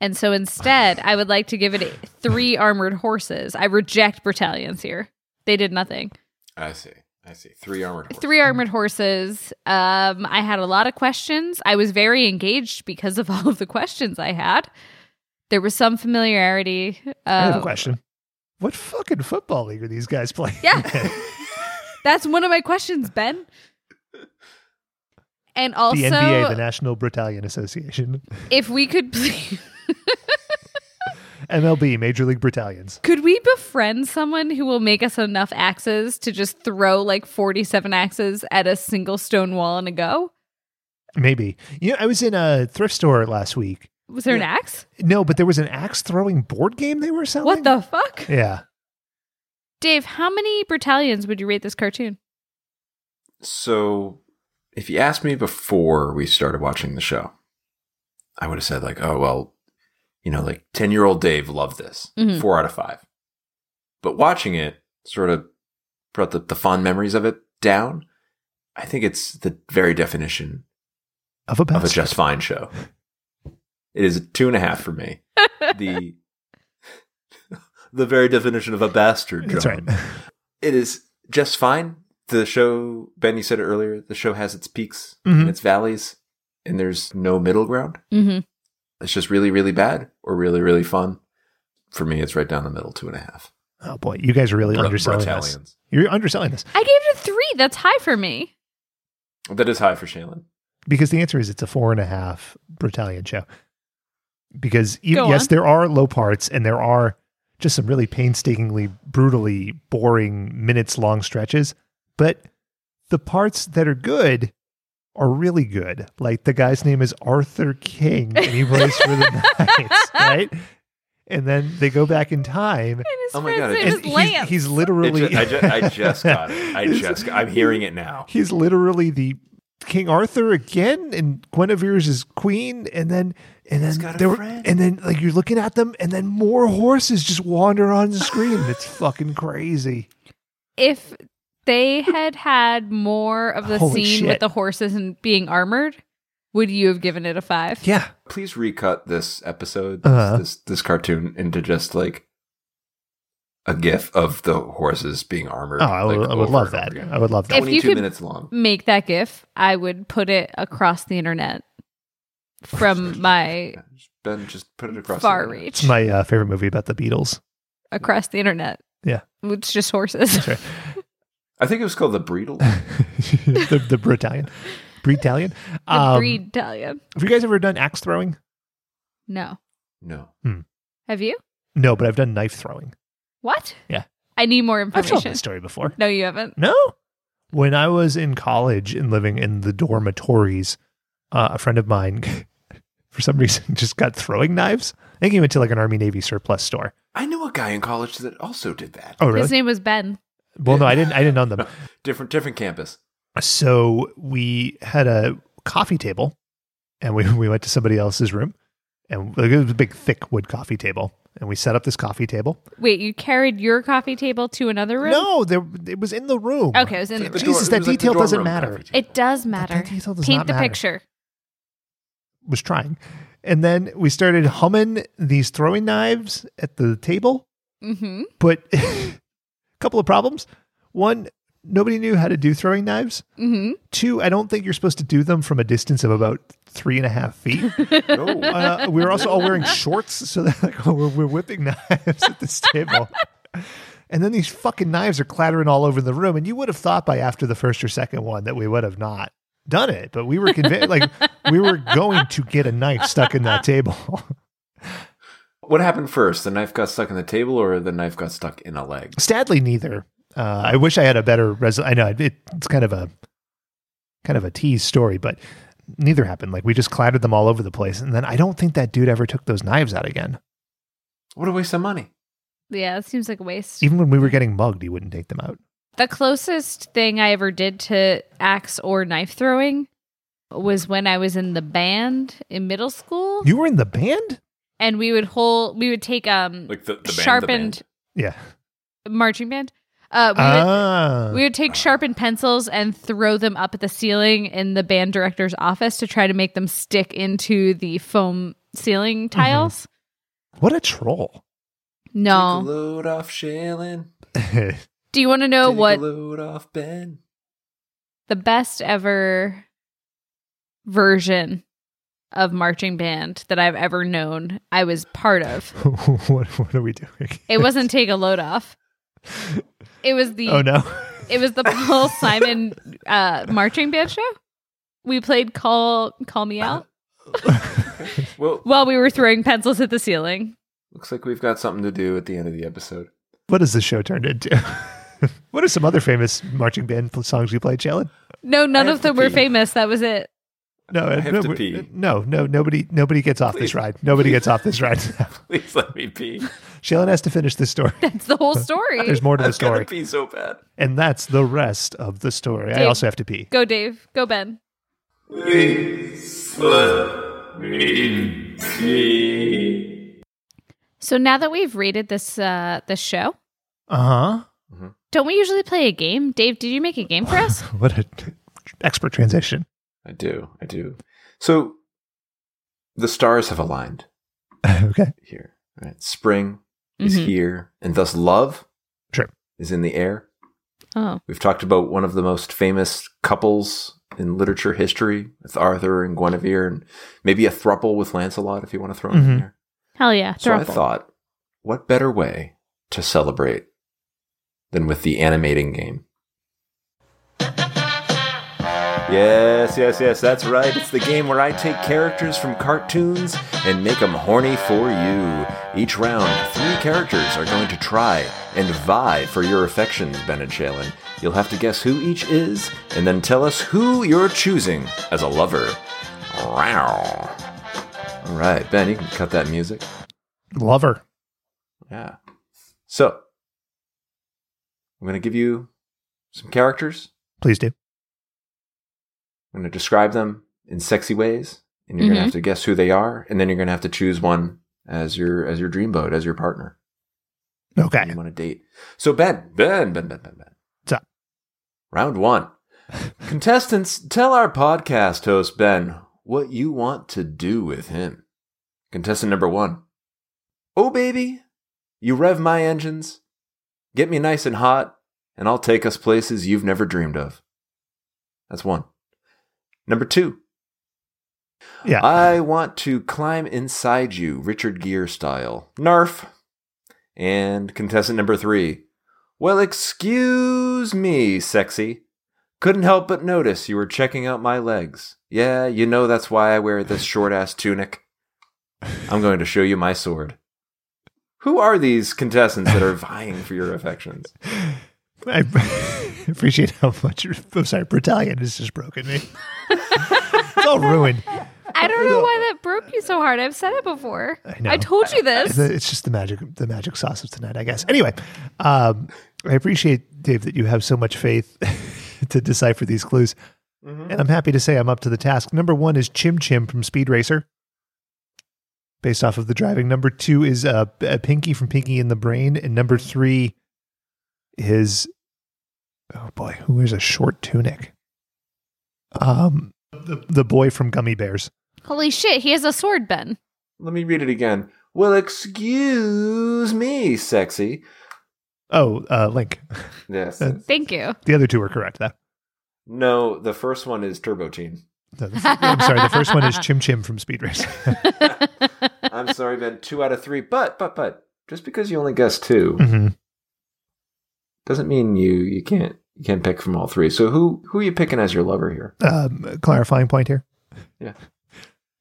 and so instead i would like to give it three armored horses i reject battalions here they did nothing I see. I see. Three armored horses. three armored horses um i had a lot of questions i was very engaged because of all of the questions i had there was some familiarity I have uh, a question. What fucking football league are these guys playing? Yeah. that's one of my questions ben and also the NBA, the National Battalion Association. if we could please MLB, Major League Battalions. Could we befriend someone who will make us enough axes to just throw like 47 axes at a single stone wall in a go? Maybe. You know, I was in a thrift store last week. Was there an axe? No, but there was an axe throwing board game they were selling. What the fuck? Yeah. Dave, how many battalions would you rate this cartoon? So, if you asked me before we started watching the show, I would have said like, "Oh well, you know, like ten year old Dave loved this, Mhm. four out of five. But watching it sort of brought the, the fond memories of it down. I think it's the very definition Of a of a bastard. just fine show. It is a two and a half for me. The the very definition of a bastard. That's John right. it is just fine. The show, Ben, you said it earlier, the show has its peaks Mhm. and its valleys, and there's no middle ground. Mm-hmm. It's just really, really bad or really, really fun. For me, it's right down the middle, two and a half. Oh boy, you guys are really Bra- underselling this. Bratalians. You're underselling this I gave it a three. That's high for me. That is high for Shailen. because the answer is it's a four and a half Battalion show. Because e- Go yes, on. there are low parts and there are just some really painstakingly, brutally boring minutes long stretches, but the parts that are good are really good. Like the guy's name is Arthur King and he plays for the Knights, right? And then they go back in time And his Oh my friend's God, it name just- and is Lance. he's, he's literally It ju- I, ju- I just got it. I It's- just, I'm hearing it now. he's literally the King Arthur again, and Guinevere's is queen, and then and then got a there were- friend. and then like you're looking at them, and then more horses just wander on the screen. it's fucking crazy. if they had had more of the Holy scene shit. with the horses and being armored, would you have given it a five? Yeah, Please recut this episode, Uh-huh. this, this cartoon, into just like a gif of the horses being armored. oh, I would, like, I would over love and over that. again. I would love that. If you 22 could- minutes long. Make that gif. I would put it across the internet from my Yeah, just- Ben, just put it across. the far internet. reach. It's my uh, favorite movie about the Beatles. across the internet. Yeah. It's just horses. That's I think it was called the Breedle. the the Britannian, Britannian. The Um, breed Italian. Have you guys ever done axe throwing? No. no. Have you? No, but I've done knife throwing. What? Yeah. I need more I've told information. this story before. No, you haven't. No. When I was in college and living in the dormitories, uh, a friend of mine, for some reason, just got throwing knives. I think he went to like an Army Navy surplus store. I knew a guy in college that also did that. Oh, really? His name was Ben. Well, no, I didn't. I didn't own them. different different campus. So we had a coffee table, and we we went to somebody else's room, and like, it was a big thick wood coffee table, and we set up this coffee table. Wait, you carried your coffee table to another room? No, there it was in the room. Okay, it was in the, The room. door- Jesus, it that was like the detail dorm doesn't room matter. coffee table. It does matter. detail does Paint not the matter. picture. Was trying, and then we started humming these throwing knives at the table. Mm-hmm. But a couple of problems. One, nobody knew how to do throwing knives. Mm-hmm. Two, I don't think you're supposed to do them from a distance of about three and a half feet. No. Uh, we were also all wearing shorts, so that like, we're, we're whipping knives at this table. And then these fucking knives are clattering all over the room. And you would have thought by after the first or second one that we would have not done it, but we were convinced, like, we were going to get a knife stuck in that table. What happened first? The knife got stuck in the table, or the knife got stuck in a leg? Sadly, neither. Uh, I wish I had a better res. I know it, it's kind of a kind of a tease story, but neither happened. Like we just clattered them all over the place, and then I don't think that dude ever took those knives out again. What a waste of money! Yeah, that seems like a waste. Even when we were getting mugged, he wouldn't take them out. The closest thing I ever did to axe or knife throwing was when I was in the band in middle school, You were in the band, and we would hold, we would take um Like the, the band, the sharpened yeah. marching band. Uh, we, Ah, would, we would take sharpened pencils and throw them up at the ceiling in the band director's office to try to make them stick into the foam ceiling Mm-hmm. tiles. what a troll! band. Take a No. load off Shailen. Do you want to know Take what A load off Ben. the best ever version of marching band that I've ever known. I was part of. what what are we doing? It wasn't take a load off. It was the oh no, it was the Paul Simon uh, marching band show. We played call call me out Well, while we were throwing pencils at the ceiling. looks like we've got something to do at the end of the episode. what has the show turned into? what are some other famous marching band pl- songs you played, Jalen? No, none have of them to were pee. famous. That was it. No, uh, I have no, to we- pee. no, no, nobody, nobody gets off this Please. ride. Nobody gets off this ride. Please let me pee. Shaylin has to finish this story. It's the whole story. There's more to the I've got to story, pee so bad. and that's the rest of the story. I Dave. also have to pee. Go Dave. Go Ben. So now that we've rated this uh this show, Uh Don't we usually play a game? Dave, did you make a game for us? huh. What a expert transition. I do. I do. So the stars have aligned okay. here. Right? Spring is here, and thus love Sure. is in the air. Oh. We've talked about one of the most famous couples in literature history with Arthur and Guinevere, and maybe a thruple with Lancelot if you want to throw it in Mhm. there. Hell yeah. So I Thruple. thought, what better way to celebrate than with the animating game? Yes, yes, yes, that's right. It's the game where I take characters from cartoons and make them horny for you. Each round, three characters are going to try and vie for your affections, Ben and Shailen. You'll have to guess who each is, and then tell us who you're choosing as a lover. Wow. All right, Ben, you can cut that music. Lover. Yeah. So I'm going to give you some characters. Please do. I'm going to describe them in sexy ways, and you're going to have to guess who they are, and then you're going to have to choose one as your as your dreamboat, as your partner Okay. you want to date. So Ben, Ben, Ben, Ben, Ben, Ben. What's up? Round one. Contestants, tell our podcast host Ben what you want to do with him. Contestant number one. Oh baby, you rev my engines, get me nice and hot, and I'll take us places you've never dreamed of. That's one. Number two. Yeah. I want to climb inside you, Richard Gere style. Narf. And contestant number three. Well, excuse me, sexy. Couldn't help but notice you were checking out my legs. Yeah, you know that's why I wear this short ass tunic. I'm going to show you my sword. Who are these contestants that are vying for your affections? I appreciate how much. Your, I'm sorry. Battalion has just broken me. it's all ruined. I I don't know why that broke you so hard. I've said it before. I, know. told you this. It's just the magic, the magic sauce of tonight, I guess. Anyway, um, I appreciate Dave that you have so much faith to decipher these clues, and I'm happy to say I'm up to the task. Number one is Chim Chim from Speed Racer, based off of the driving. Number two is uh, P- uh, Pinky from Pinky in the Brain, and number three is oh boy, who wears a short tunic? Um, the the boy from Gummy Bears. Holy shit, he has a sword, Ben. Let me read it again. Well, excuse me, sexy. Oh, uh, Link. Yes. Uh, Thank you. The other two were correct, though. no, the first one is Turbo Teen. No, the f- I'm sorry. The first one is Chim Chim from Speed Racer. I'm sorry, Ben. Two out of three. But, but, but, just because you only guessed 2 Mhm. doesn't mean you you can't you can't pick from all three. So who who are you picking as your lover here? um, clarifying point here. Yeah.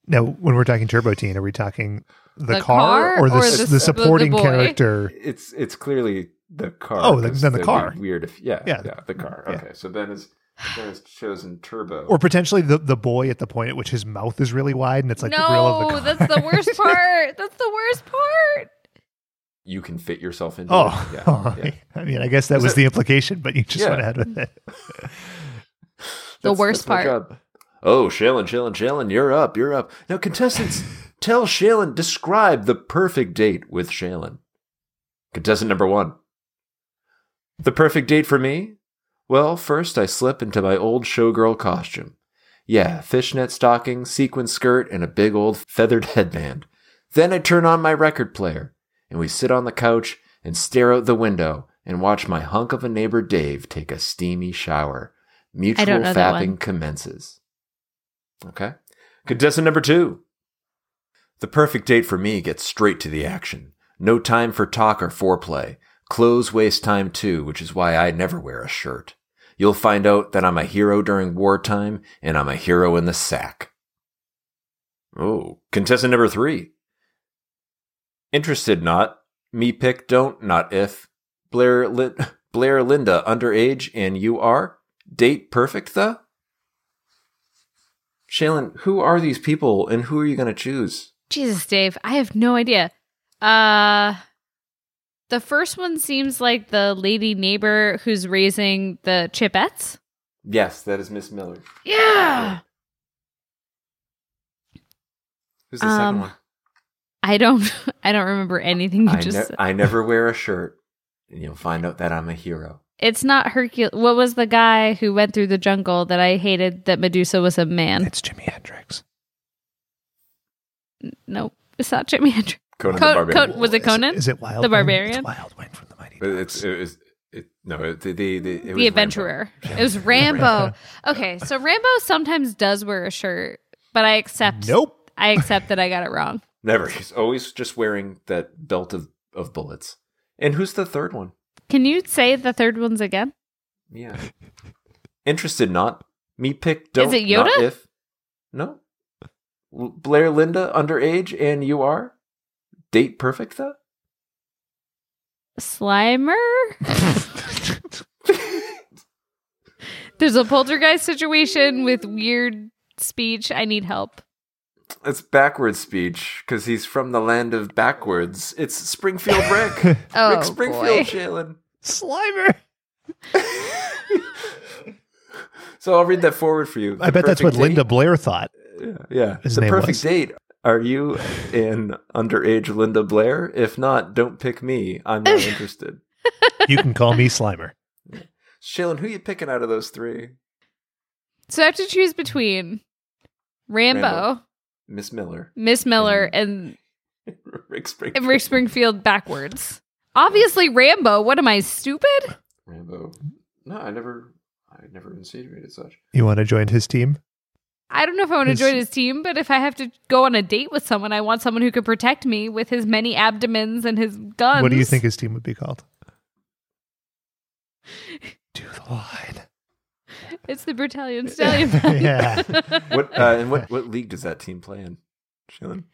Now, when we're talking Turbo Teen, are we talking the, car, The car or the, or s- the- the supporting the boy? character? It's it's clearly the car. Oh, then- 'cause then the that'd be car. Weird if yeah Yeah. yeah, the car. Yeah. Okay, so Ben is Ben has chosen Turbo. Or potentially the, the boy at the point at which his mouth is really wide and it's like the grill of no, the car. that's the worst part. That's the worst part. you can fit yourself into. Oh, it. all yeah. right. I mean, I guess that Is was it- the implication, but you just Yeah. went ahead with it. The worst my part. job. Oh, Shailen, Shailen, Shailen, you're up, you're up. Now, contestants, tell Shailen, describe the perfect date with Shailen. Contestant number one. The perfect date for me? Well, first I slip into my old showgirl costume. Yeah, fishnet stockings, sequin skirt, and a big old feathered headband. Then I turn on my record player, and we sit on the couch and stare out the window and watch my hunk of a neighbor Dave take a steamy shower. Mutual know that one. fapping commences. Okay. Contestant number two. The perfect date for me gets straight to the action. No time for talk or foreplay. Clothes waste time too, which is why I never wear a shirt. You'll find out that I'm a hero during wartime and I'm a hero in the sack. Oh, contestant number three. Interested not. Me pick don't, not if. Blair, Lin- Blair Linda underage and you are? Date perfect the? Shailen, who are these people and who are you going to choose? Jesus, Dave, I have no idea. Uh the first one seems like the lady neighbor who's raising the chipettes. Yes, that is Miss Miller. Yeah. Who's the Um, second one? I don't I don't remember anything you I, just ne- said. I never wear a shirt, and you'll find out that I'm a hero. It's not Hercules. What was the guy who went through the jungle that I hated that Medusa was a man? It's Jimi Hendrix. No, it's not Jimi Hendrix. Conan Co- the Barbarian. Co- was it Is- Conan? Is, it Wild The Wing? Barbarian? It's Wild Wing from the Mighty But Ducks. it's it was it, no it, the the the, it was the Rambo. adventurer. It was Rambo. okay, so Rambo sometimes does wear a shirt, but I accept. Nope. I accept that I got it wrong. Never. He's always just wearing that belt of, of bullets. And who's the third one? Can you say the third one's again? Yeah. Interested not. Me pick don't. it not Yoda? if. No. L- Blair Linda underage and you are? Date perfect though? Slimer. There's a poltergeist situation with weird speech. I need help. It's backwards speech because he's from the land of backwards. It's Springfield Rick. Oh, Rick Springfield, boy. Jalen. Slimer. So I'll read that forward for you. I The bet that's what perfect Linda date- Blair thought. Yeah. his the name perfect was. date. Are you an underage Linda Blair? If not, don't pick me. I'm not interested. You can call me Slimer. Shailen, who you picking out of those three? So I have to choose between Rambo. Rambo. Miss Miller, Miss Miller Mm. and, Rick and Springfield, Rick Springfield backwards. Obviously, Rambo. What am I stupid? Rambo. No, I never, I never insinuated such. You want to join his team? I don't know if I want to It's- join his team, but if I have to go on a date with someone, I want someone who can protect me with his many abdomens and his guns. What do you think his team would be called? Do the line. It's the Battalion Stallion. yeah. What uh, and what what league does that team play in? Shailen,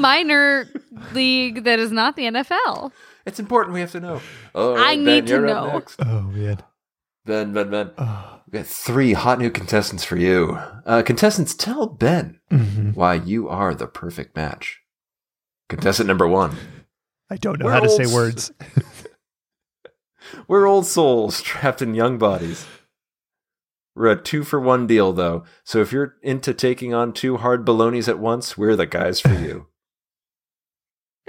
minor league that is not the NFL. it's important. We have to know. Oh, I need to you're up know. next. Oh man. Oh. Ben, Ben, Ben. We got three hot new contestants for you. Uh, contestants, tell Ben Mm-hmm. why you are the perfect match. Contestant number one. I don't know We're how to old say s- words. We're old souls trapped in young bodies. We're a two for one deal, though. So if you're into taking on two hard balonies at once, we're the guys for you.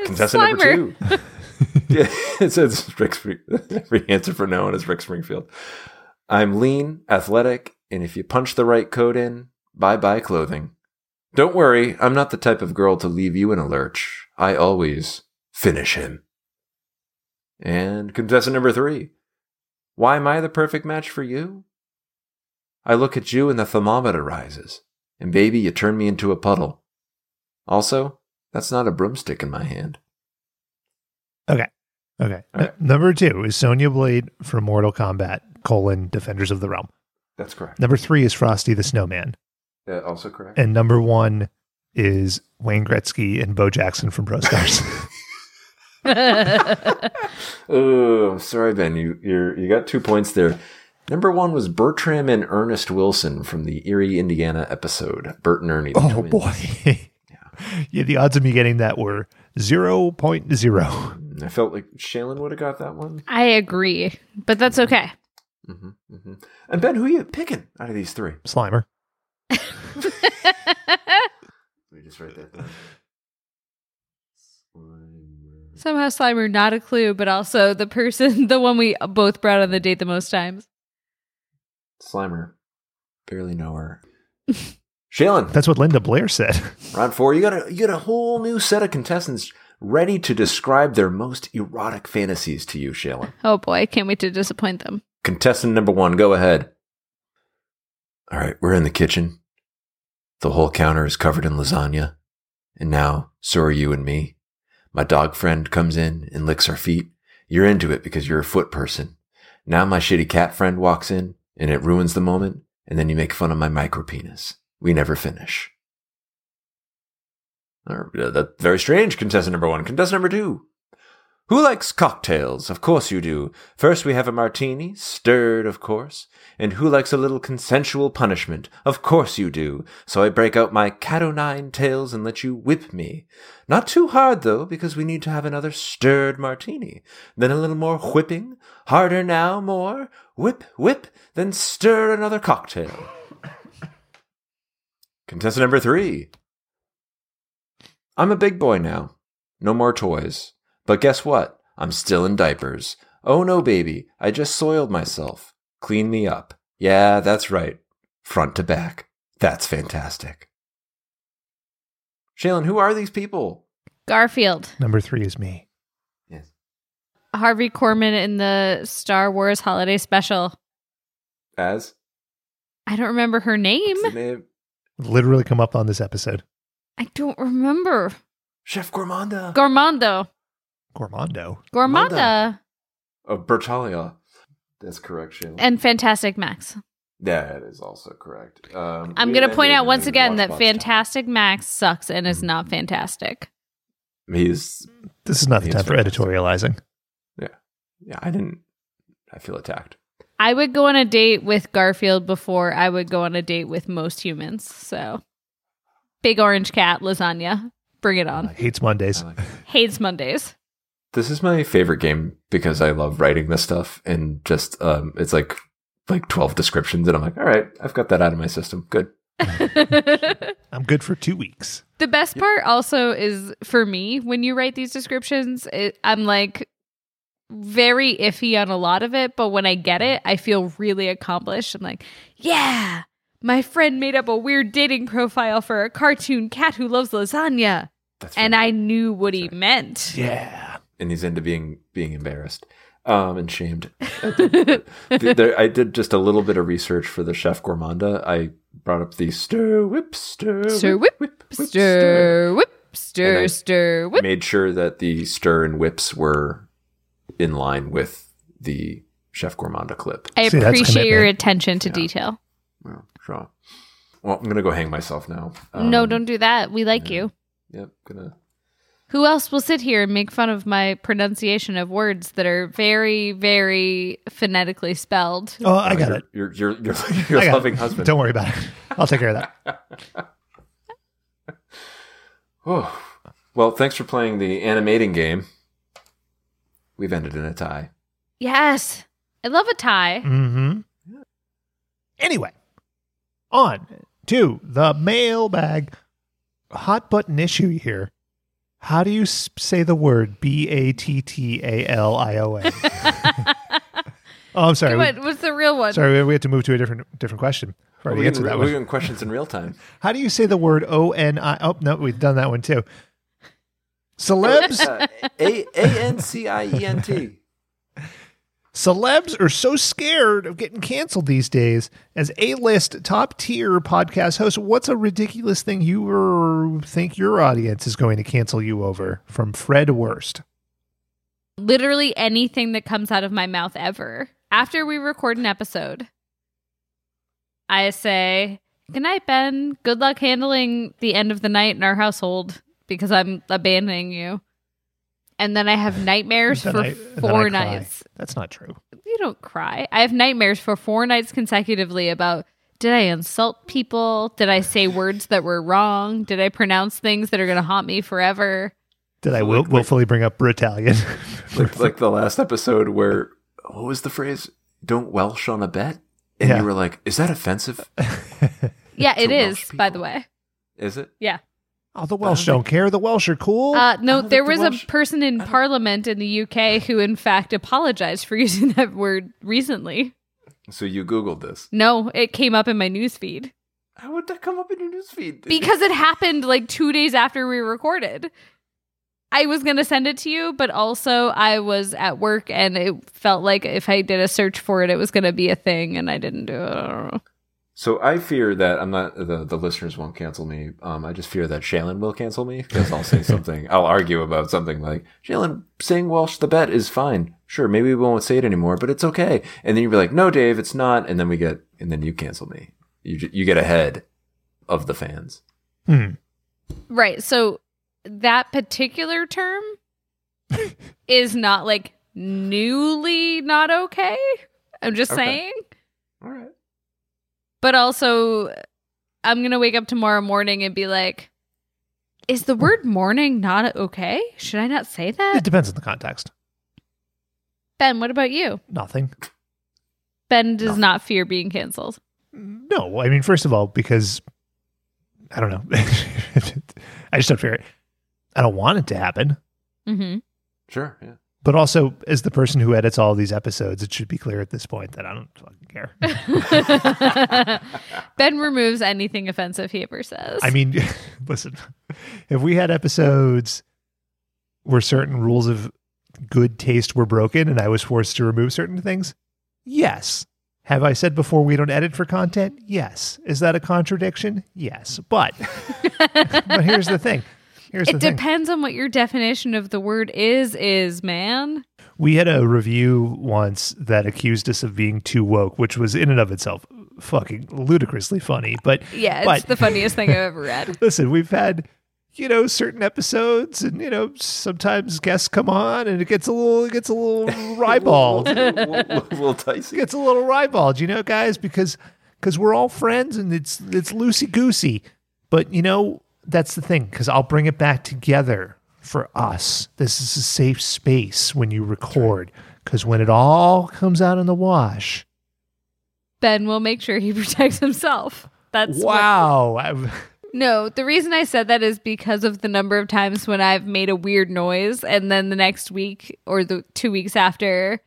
Contestant number two. yeah, it says Rick Spring- Every answer for no one is Rick Springfield. I'm lean, athletic, and if you punch the right code in, bye bye clothing. Don't worry, I'm not the type of girl to leave you in a lurch. I always finish him. And contestant number three. Why am I the perfect match for you? I look at you and the thermometer rises, and baby, you turn me into a puddle. Also, that's not a broomstick in my hand. Okay. Okay. N- Number two is Sonya Blade from Mortal Kombat, colon, Defenders of the Realm. That's correct. Number three is Frosty the Snowman. Uh, also correct. And number one is Wayne Gretzky and Bo Jackson from Bro Stars. Eh. oh, I'm sorry, Ben. You you're, you got two points there. Number one was Bertram and Ernest Wilson from the Erie, Indiana episode. Bert and Ernie. the oh, twins. boy. yeah. the odds of me getting that were 0.0. Mm-hmm. I felt like Shailen would have got that one. Mm-hmm, I agree, but that's okay. And Ben, who are you picking out of these three? Slimer. Let me just write that down. Somehow Slimer, not a clue, but also the person, the one we both brought on the date the most times. Slimer. Barely know her. Shailen, That's what Linda Blair said. round four. You got a you got a whole new set of contestants ready to describe their most erotic fantasies to you, Shailen. Oh boy, I can't wait to disappoint them. Contestant number one, go ahead. All right, we're in the kitchen. The whole counter is covered in lasagna. And now, so are you and me. My dog friend comes in and licks our feet. You're into it because you're a foot person. Now my shitty cat friend walks in and it ruins the moment. And then you make fun of my micro penis. We never finish. All right, uh, That's very strange, contestant number one. Contestant number two. Who likes cocktails? Of course you do. First we have a martini, stirred, of course. And who likes a little consensual punishment? Of course you do. So I break out my cat o' nine tails and let you whip me. Not too hard, though, because we need to have another stirred martini. Then a little more whipping. Harder now, more. Whip, whip, then stir another cocktail. Contestant number three. I'm a big boy now. No more toys. But guess what? I'm still in diapers. Oh no, baby, I just soiled myself. Clean me up. Yeah, that's right. Front to back. That's fantastic. Shailen, who are these people? Garfield, Number three is me. Harvey Korman in the Star Wars Holiday Special. As? I don't remember her name. What's the name? Literally come up on this episode. I don't remember. Chef Gormanda. Gormando. Gormando. Gormanda. Of Bertalia. That's correct, Shailen. And Fantastic Max. that is also correct. Um, I'm we going to haven't point out even once done again that Watchbox Fantastic Max sucks and is not fantastic. time. He's This is not the Yes, time for editorializing. yeah. I didn't. I feel attacked. I would go on a date with Garfield before I would go on a date with most humans. So, big orange cat, lasagna. Bring it on. Hates Mondays. Uh, Hates Mondays. This is my favorite game because I love writing this stuff and just um, it's like like twelve descriptions and I'm like, all right, I've got that out of my system. Good. I'm good for two weeks. The best part also is for me when you write these descriptions, it, I'm like very iffy on a lot of it, but when I get it, I feel really accomplished. I'm like, yeah, my friend made up a weird dating profile for a cartoon cat who loves lasagna. and I knew what he meant. Yeah. And he's into being being embarrassed um, and shamed. Th- there, I did just a little bit of research for the chef gourmanda. I brought up the stir whip stir Stir whip, whip, stir whip, stir, And I- stir whip. made sure that the stir and whips were in line with the chef gourmanda clip. I See, that's appreciate your commitment. attention to detail. Well, sure. Well, I'm gonna go hang myself now. no, Um, don't do that. We like you. Yep, gonna Who else will sit here and make fun of my pronunciation of words that are very, very phonetically spelled? Oh, I got it. Your your your, I your got it. loving husband. Don't worry about it. I'll take care of that. Oh. Well, thanks for playing the animating game. We've ended in a tie. Yes. I love a tie. Mm-hmm. Anyway, on to the mailbag. Hot button issue here. How do you s- say the word B A T T A L I O N? Oh, I'm sorry. Come We- on, what's the real one? sorry, we had to move to a different different question. We're Already answered doing- that we're one. doing questions in real time. How do you say the word O N I? Oh no, we've done that one too. Celebs, Uh, A A N C I E N T. celebs are so scared of getting canceled these days. As A-list top tier podcast host, what's a ridiculous thing you or think your audience is going to cancel you over? From Fred Worst. Literally anything that comes out of my mouth ever. After we record an episode, I say, Good night, Ben. Good luck handling the end of the night in our household because I'm abandoning you. And then I have nightmares Then for I- and then I cry. four nights. That's not true. You don't cry. I have nightmares for four nights consecutively about did I insult people? Did I say words that were wrong? Did I pronounce things that are going to haunt me forever? Did I will, willfully bring up Italian? Like, like the last episode where what was the phrase? Don't Welsh on a bet. And Yeah. you were like, "Is that offensive? Yeah, it To Welsh is, by the way. Is it?" Yeah. oh, the Welsh don't care. The Welsh are cool. Uh, no, there think was Oh, the a person in Parliament in the UK who, in fact, apologized for using that word recently. So you Googled this. No, it came up in my newsfeed How would that come up in your newsfeed? because it happened like two days after we recorded. I was going to send it to you, but also I was at work and it felt like if I did a search for it, it was going to be a thing and I didn't do it. I don't know. So I fear that I'm not the, the listeners won't cancel me. Um, I just fear that Shailen will cancel me because I'll say something. I'll argue about something like Shailen saying Welsh the bet is fine. Sure, maybe we won't say it anymore, but it's okay. And then you'd be like, no, Dave, it's not. And then we get and then you cancel me. You ju- you get ahead of the fans. Right. So that particular term is not like newly not okay. I'm just Okay. saying. All right. But also, I'm going to wake up tomorrow morning and be like, is the word morning not okay? Should I not say It that? depends on the context. Ben, what about you? Nothing. Ben does not fear being canceled. No, I mean, first of all, because I don't know. I just don't fear it. I don't want it to happen. Mm-hmm. Sure. Yeah. But also, as the person who edits all these episodes, it should be clear at this point that I don't fucking care. Ben removes anything offensive he ever says. I mean, listen, if we had episodes where certain rules of good taste were broken and I was forced to remove certain things, yes. Have I said before we don't edit for content? Yes. Is that a contradiction? Yes. But but here's the thing. Here's the it thing. depends on what your definition of the word is, is, man. We had a review once that accused us of being too woke, which was in and of itself fucking ludicrously funny. But Yeah, it's but, the funniest thing I've ever read. Listen, we've had you know certain episodes, and you know sometimes guests come on, and it gets a little it gets a little ribald. Little Tyson. It's a little ribald, you know, guys, because because we're all friends and it's it's loosey goosey. But you know, that's the thing, because I'll bring it back together for us. This is a safe space when you record, because when it all comes out in the wash, Ben will make sure he protects himself. That's what- wow, I- no, the reason I said that is because of the number of times when I've made a weird noise, and then the next week or the two weeks after,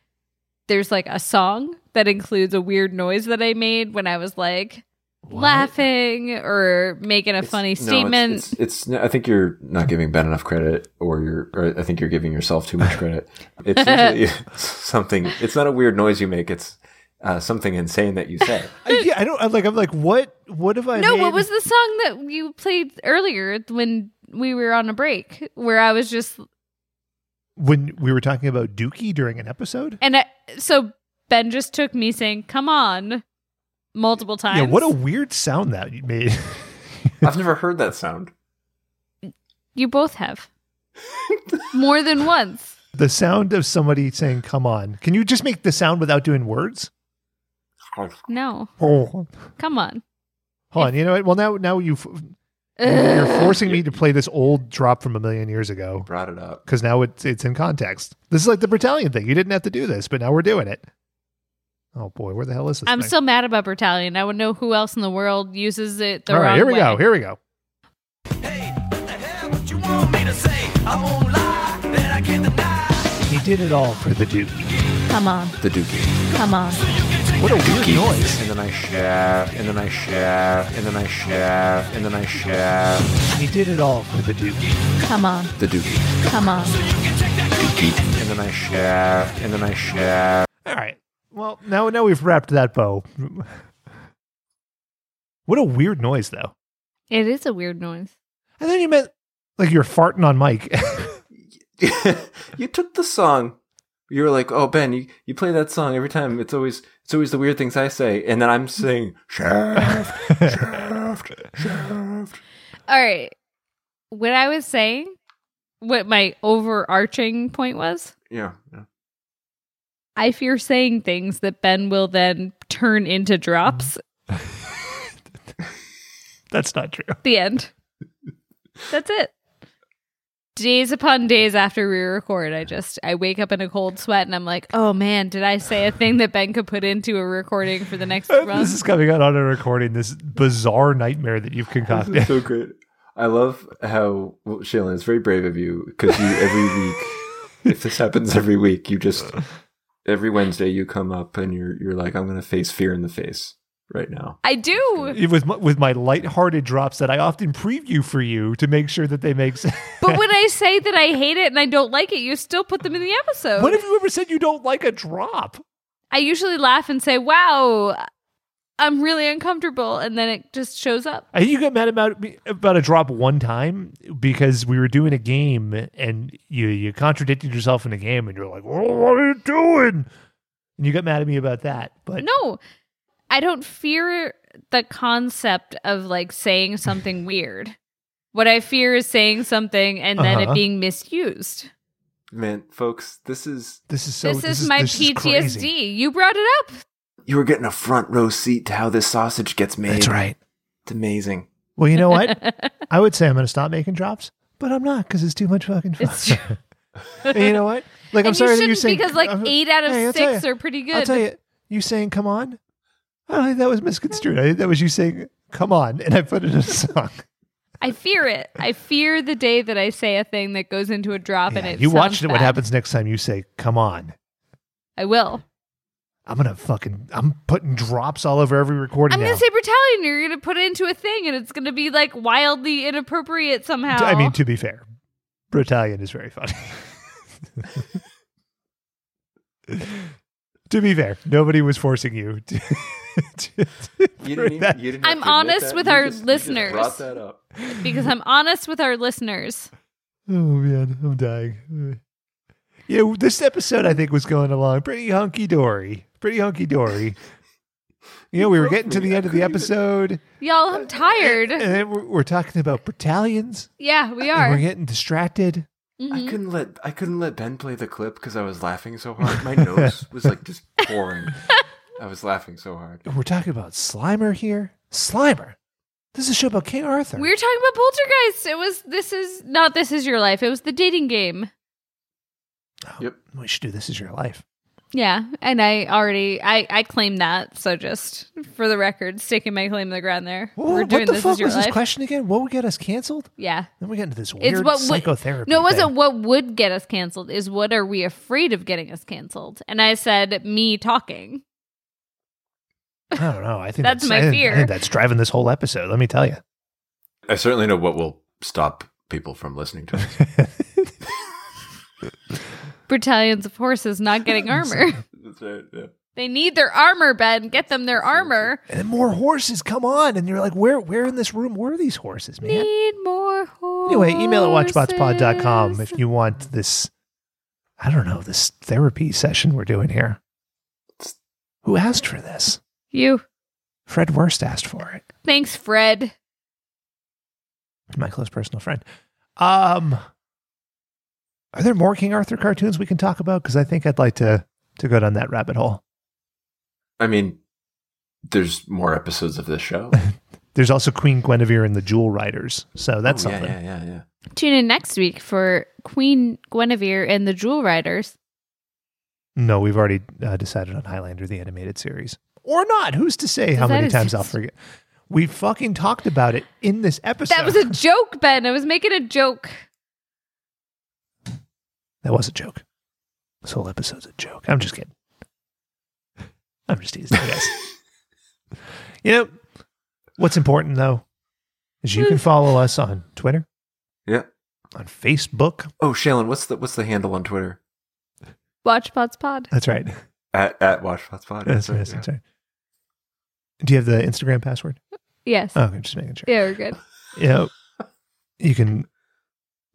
there's like a song that includes a weird noise that I made when I was like laughing or making a funny No, it's- statement. it's, it's- no, I think you're not giving Ben enough credit, or you're. Or I think you're giving yourself too much credit. It's usually something. It's not a weird noise you make. It's uh, something insane that you say. I, yeah, I don't I'm like. I'm like, what? What have I? no, made? what was the song that you played earlier when we were on a break where I was just when we were talking about Dookie during an episode? and I, so Ben just took me saying, "Come on." Multiple times. Yeah, what a weird sound that you made. I've never heard that sound. You both have. more than once. The sound of somebody saying, come on. Can you just make the sound without doing words? No, Oh, come on. hold on. You know what? Well, now, now you've. You're forcing me to play this old drop from a million years ago. Brought it up. Because now it's it's in context. This is like the Battalion thing. You didn't have to do this, but now we're doing it. Oh boy, where the hell is this? I'm thing? still mad about Bertalion. I would know who else in the world uses it the All wrong right, here we way. go. Here we go. He did it all for the Duke. Come on, The Dookie. come on. What a weird noise. And then I shaft, and then I shaft, and then I shaft, and then I shaft, He did it all for the Duke. Come on, The Dookie. come on. and then I shaft, and then I shaft. All right. Well, now now we've wrapped that bow. What a weird noise, though. It is a weird noise. And then you meant like you're farting on mic. you took the song. You were like, "Oh, Ben, you, you play that song every time. It's always it's always the weird things I say." And then I'm saying, "Shaft, shaft, shaft." All right. What I was saying, what my overarching point was, Yeah, yeah. I fear saying things that Ben will then turn into drops. That's not true. The end. That's it. Days upon days after we record, I just I wake up in a cold sweat and I'm like, oh man, did I say a thing that Ben could put into a recording for the next run? this is coming out on a recording. This bizarre nightmare that you've concocted. It's so great. I love how well, Shaylin. It's very brave of you because you every week. If this happens every week, you just every Wednesday you come up and you're you're like, "I'm going to face fear in the face right now." I do. with my, with my lighthearted drops that I often preview for you to make sure that they make sense. But when I say that I hate it and I don't like it, you still put them in the episode. When have you ever said you don't like a drop? I usually laugh and say, "Wow, I'm really uncomfortable," and then it just shows up. I think you got mad about me about a drop one time because we were doing a game and you you contradicted yourself in the game and you're like, oh, "What are you doing?" And you got mad at me about that. But No, I don't fear the concept of like saying something weird. What I fear is saying something and then Uh-huh. it being misused. Man, folks, this is this is so. this, is my this PTSD. crazy. you brought it up. you were getting a front row seat to how this sausage gets made. That's right. It's amazing. Well, you know what? I would say I'm going to stop making drops, but I'm not because it's too much fucking fun. It's true. And you know what? Like and I'm sorry you that shouldn't you're saying because like I'm- eight out of Hey, I'll tell six ya. are pretty good. I'll tell you, you saying "Come on," I don't think that was misconstrued. I think that was you saying "Come on," and I put it in a song. I fear it. I fear the day that I say a thing that goes into a drop and Yeah, it. you sounds watched it. What bad. happens next time you say "Come on"? I will. I'm gonna fucking. I'm putting drops all over every recording I'm now. gonna say battalion. You're gonna put it into a thing, and it's gonna be like wildly inappropriate somehow. I mean, to be fair, Battalion is very funny. to be fair, nobody was forcing you. To, to- You for didn't that. even, you didn't I'm have to admit honest that. with You our just- you listeners. Just brought that up. because I'm honest with our listeners. Oh man, I'm dying. Yeah, this episode I think was going along pretty hunky dory. Pretty hunky dory. You know, we were getting to the end of the episode, Y'all, I'm tired. and then we're, we're talking about battalions. Yeah, we and are. we're getting distracted. Mm-hmm. I couldn't let I couldn't let Ben play the clip because I was laughing so hard. My nose was like just pouring. I was laughing so hard. We're talking about Slimer here. Slimer. This is a show about King Arthur. We were talking about poltergeists. It was this is not this is your life. It was the dating game. Yep. we should do this is your life. Yeah, and I already I I claim that. So just for the record, sticking my claim in the ground there. Whoa, We're what doing the this fuck is your was life. this question again? What would get us canceled? Yeah. Then we get into this weird It's what would- psychotherapy. No, it thing. wasn't what would get us canceled. Is what are we afraid of getting us canceled? And I said me talking. I don't know. I think That's my I think- fear. I think that's driving this whole episode. Let me tell you. I certainly know what will stop people from listening to us. battalions of horses not getting armor. That's right. Yeah. they need their armor, Ben. Get them their armor. And then more horses come on, and you're like, where where in this room were these horses, man? Need more horses. Anyway, email at watchbotspod.com if you want this, I don't know, this therapy session we're doing here. Who asked for this? You. Fred Wurst asked for it. Thanks, Fred. my close personal friend. Um, Are there more King Arthur cartoons we can talk about? Because I think I'd like to to go down that rabbit hole. I mean, there's more episodes of this show. There's also Queen Guinevere and the Jewel Riders, so that's Oh, yeah, something. yeah, yeah, yeah. Tune in next week for Queen Guinevere and the Jewel Riders. No, we've already uh, decided on Highlander, the animated series, or not. Who's to say how That many is- times I'll forget? We fucking talked about it in this episode. That was a joke, Ben. I was making a joke. That was a joke. This whole episode's a joke. I'm just kidding. I'm just teasing you guys. you know, what's important though is you can Hmm. follow us on Twitter, Yeah. on Facebook. Oh, Shailen, what's the what's the handle on Twitter? Watch Pods Pod. That's right. At at WatchPotsPod. That's right. That's right. Do you have the Instagram password? Yes. Oh, okay, just making sure. Yeah, we're good. You know, you can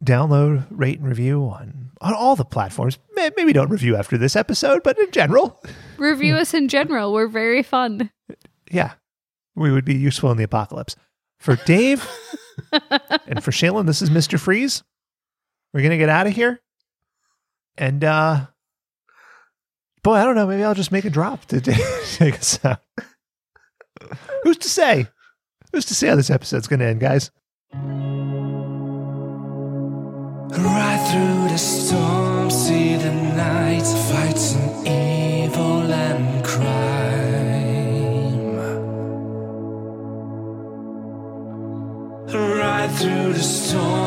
download, rate, and review on on all the platforms. May- Maybe don't review after this episode, but in general, Review us in general. We're very fun. yeah, we would be useful in the apocalypse. For Dave and for Shailen, this is Mr. Freeze. We're gonna get out of here, and uh, boy, I don't know. Maybe I'll just make a drop to take us out. Who's to say? Who's to say how this episode's gonna end, guys? Ride through the storm, see the night, fight some evil and crime. Ride through the storm.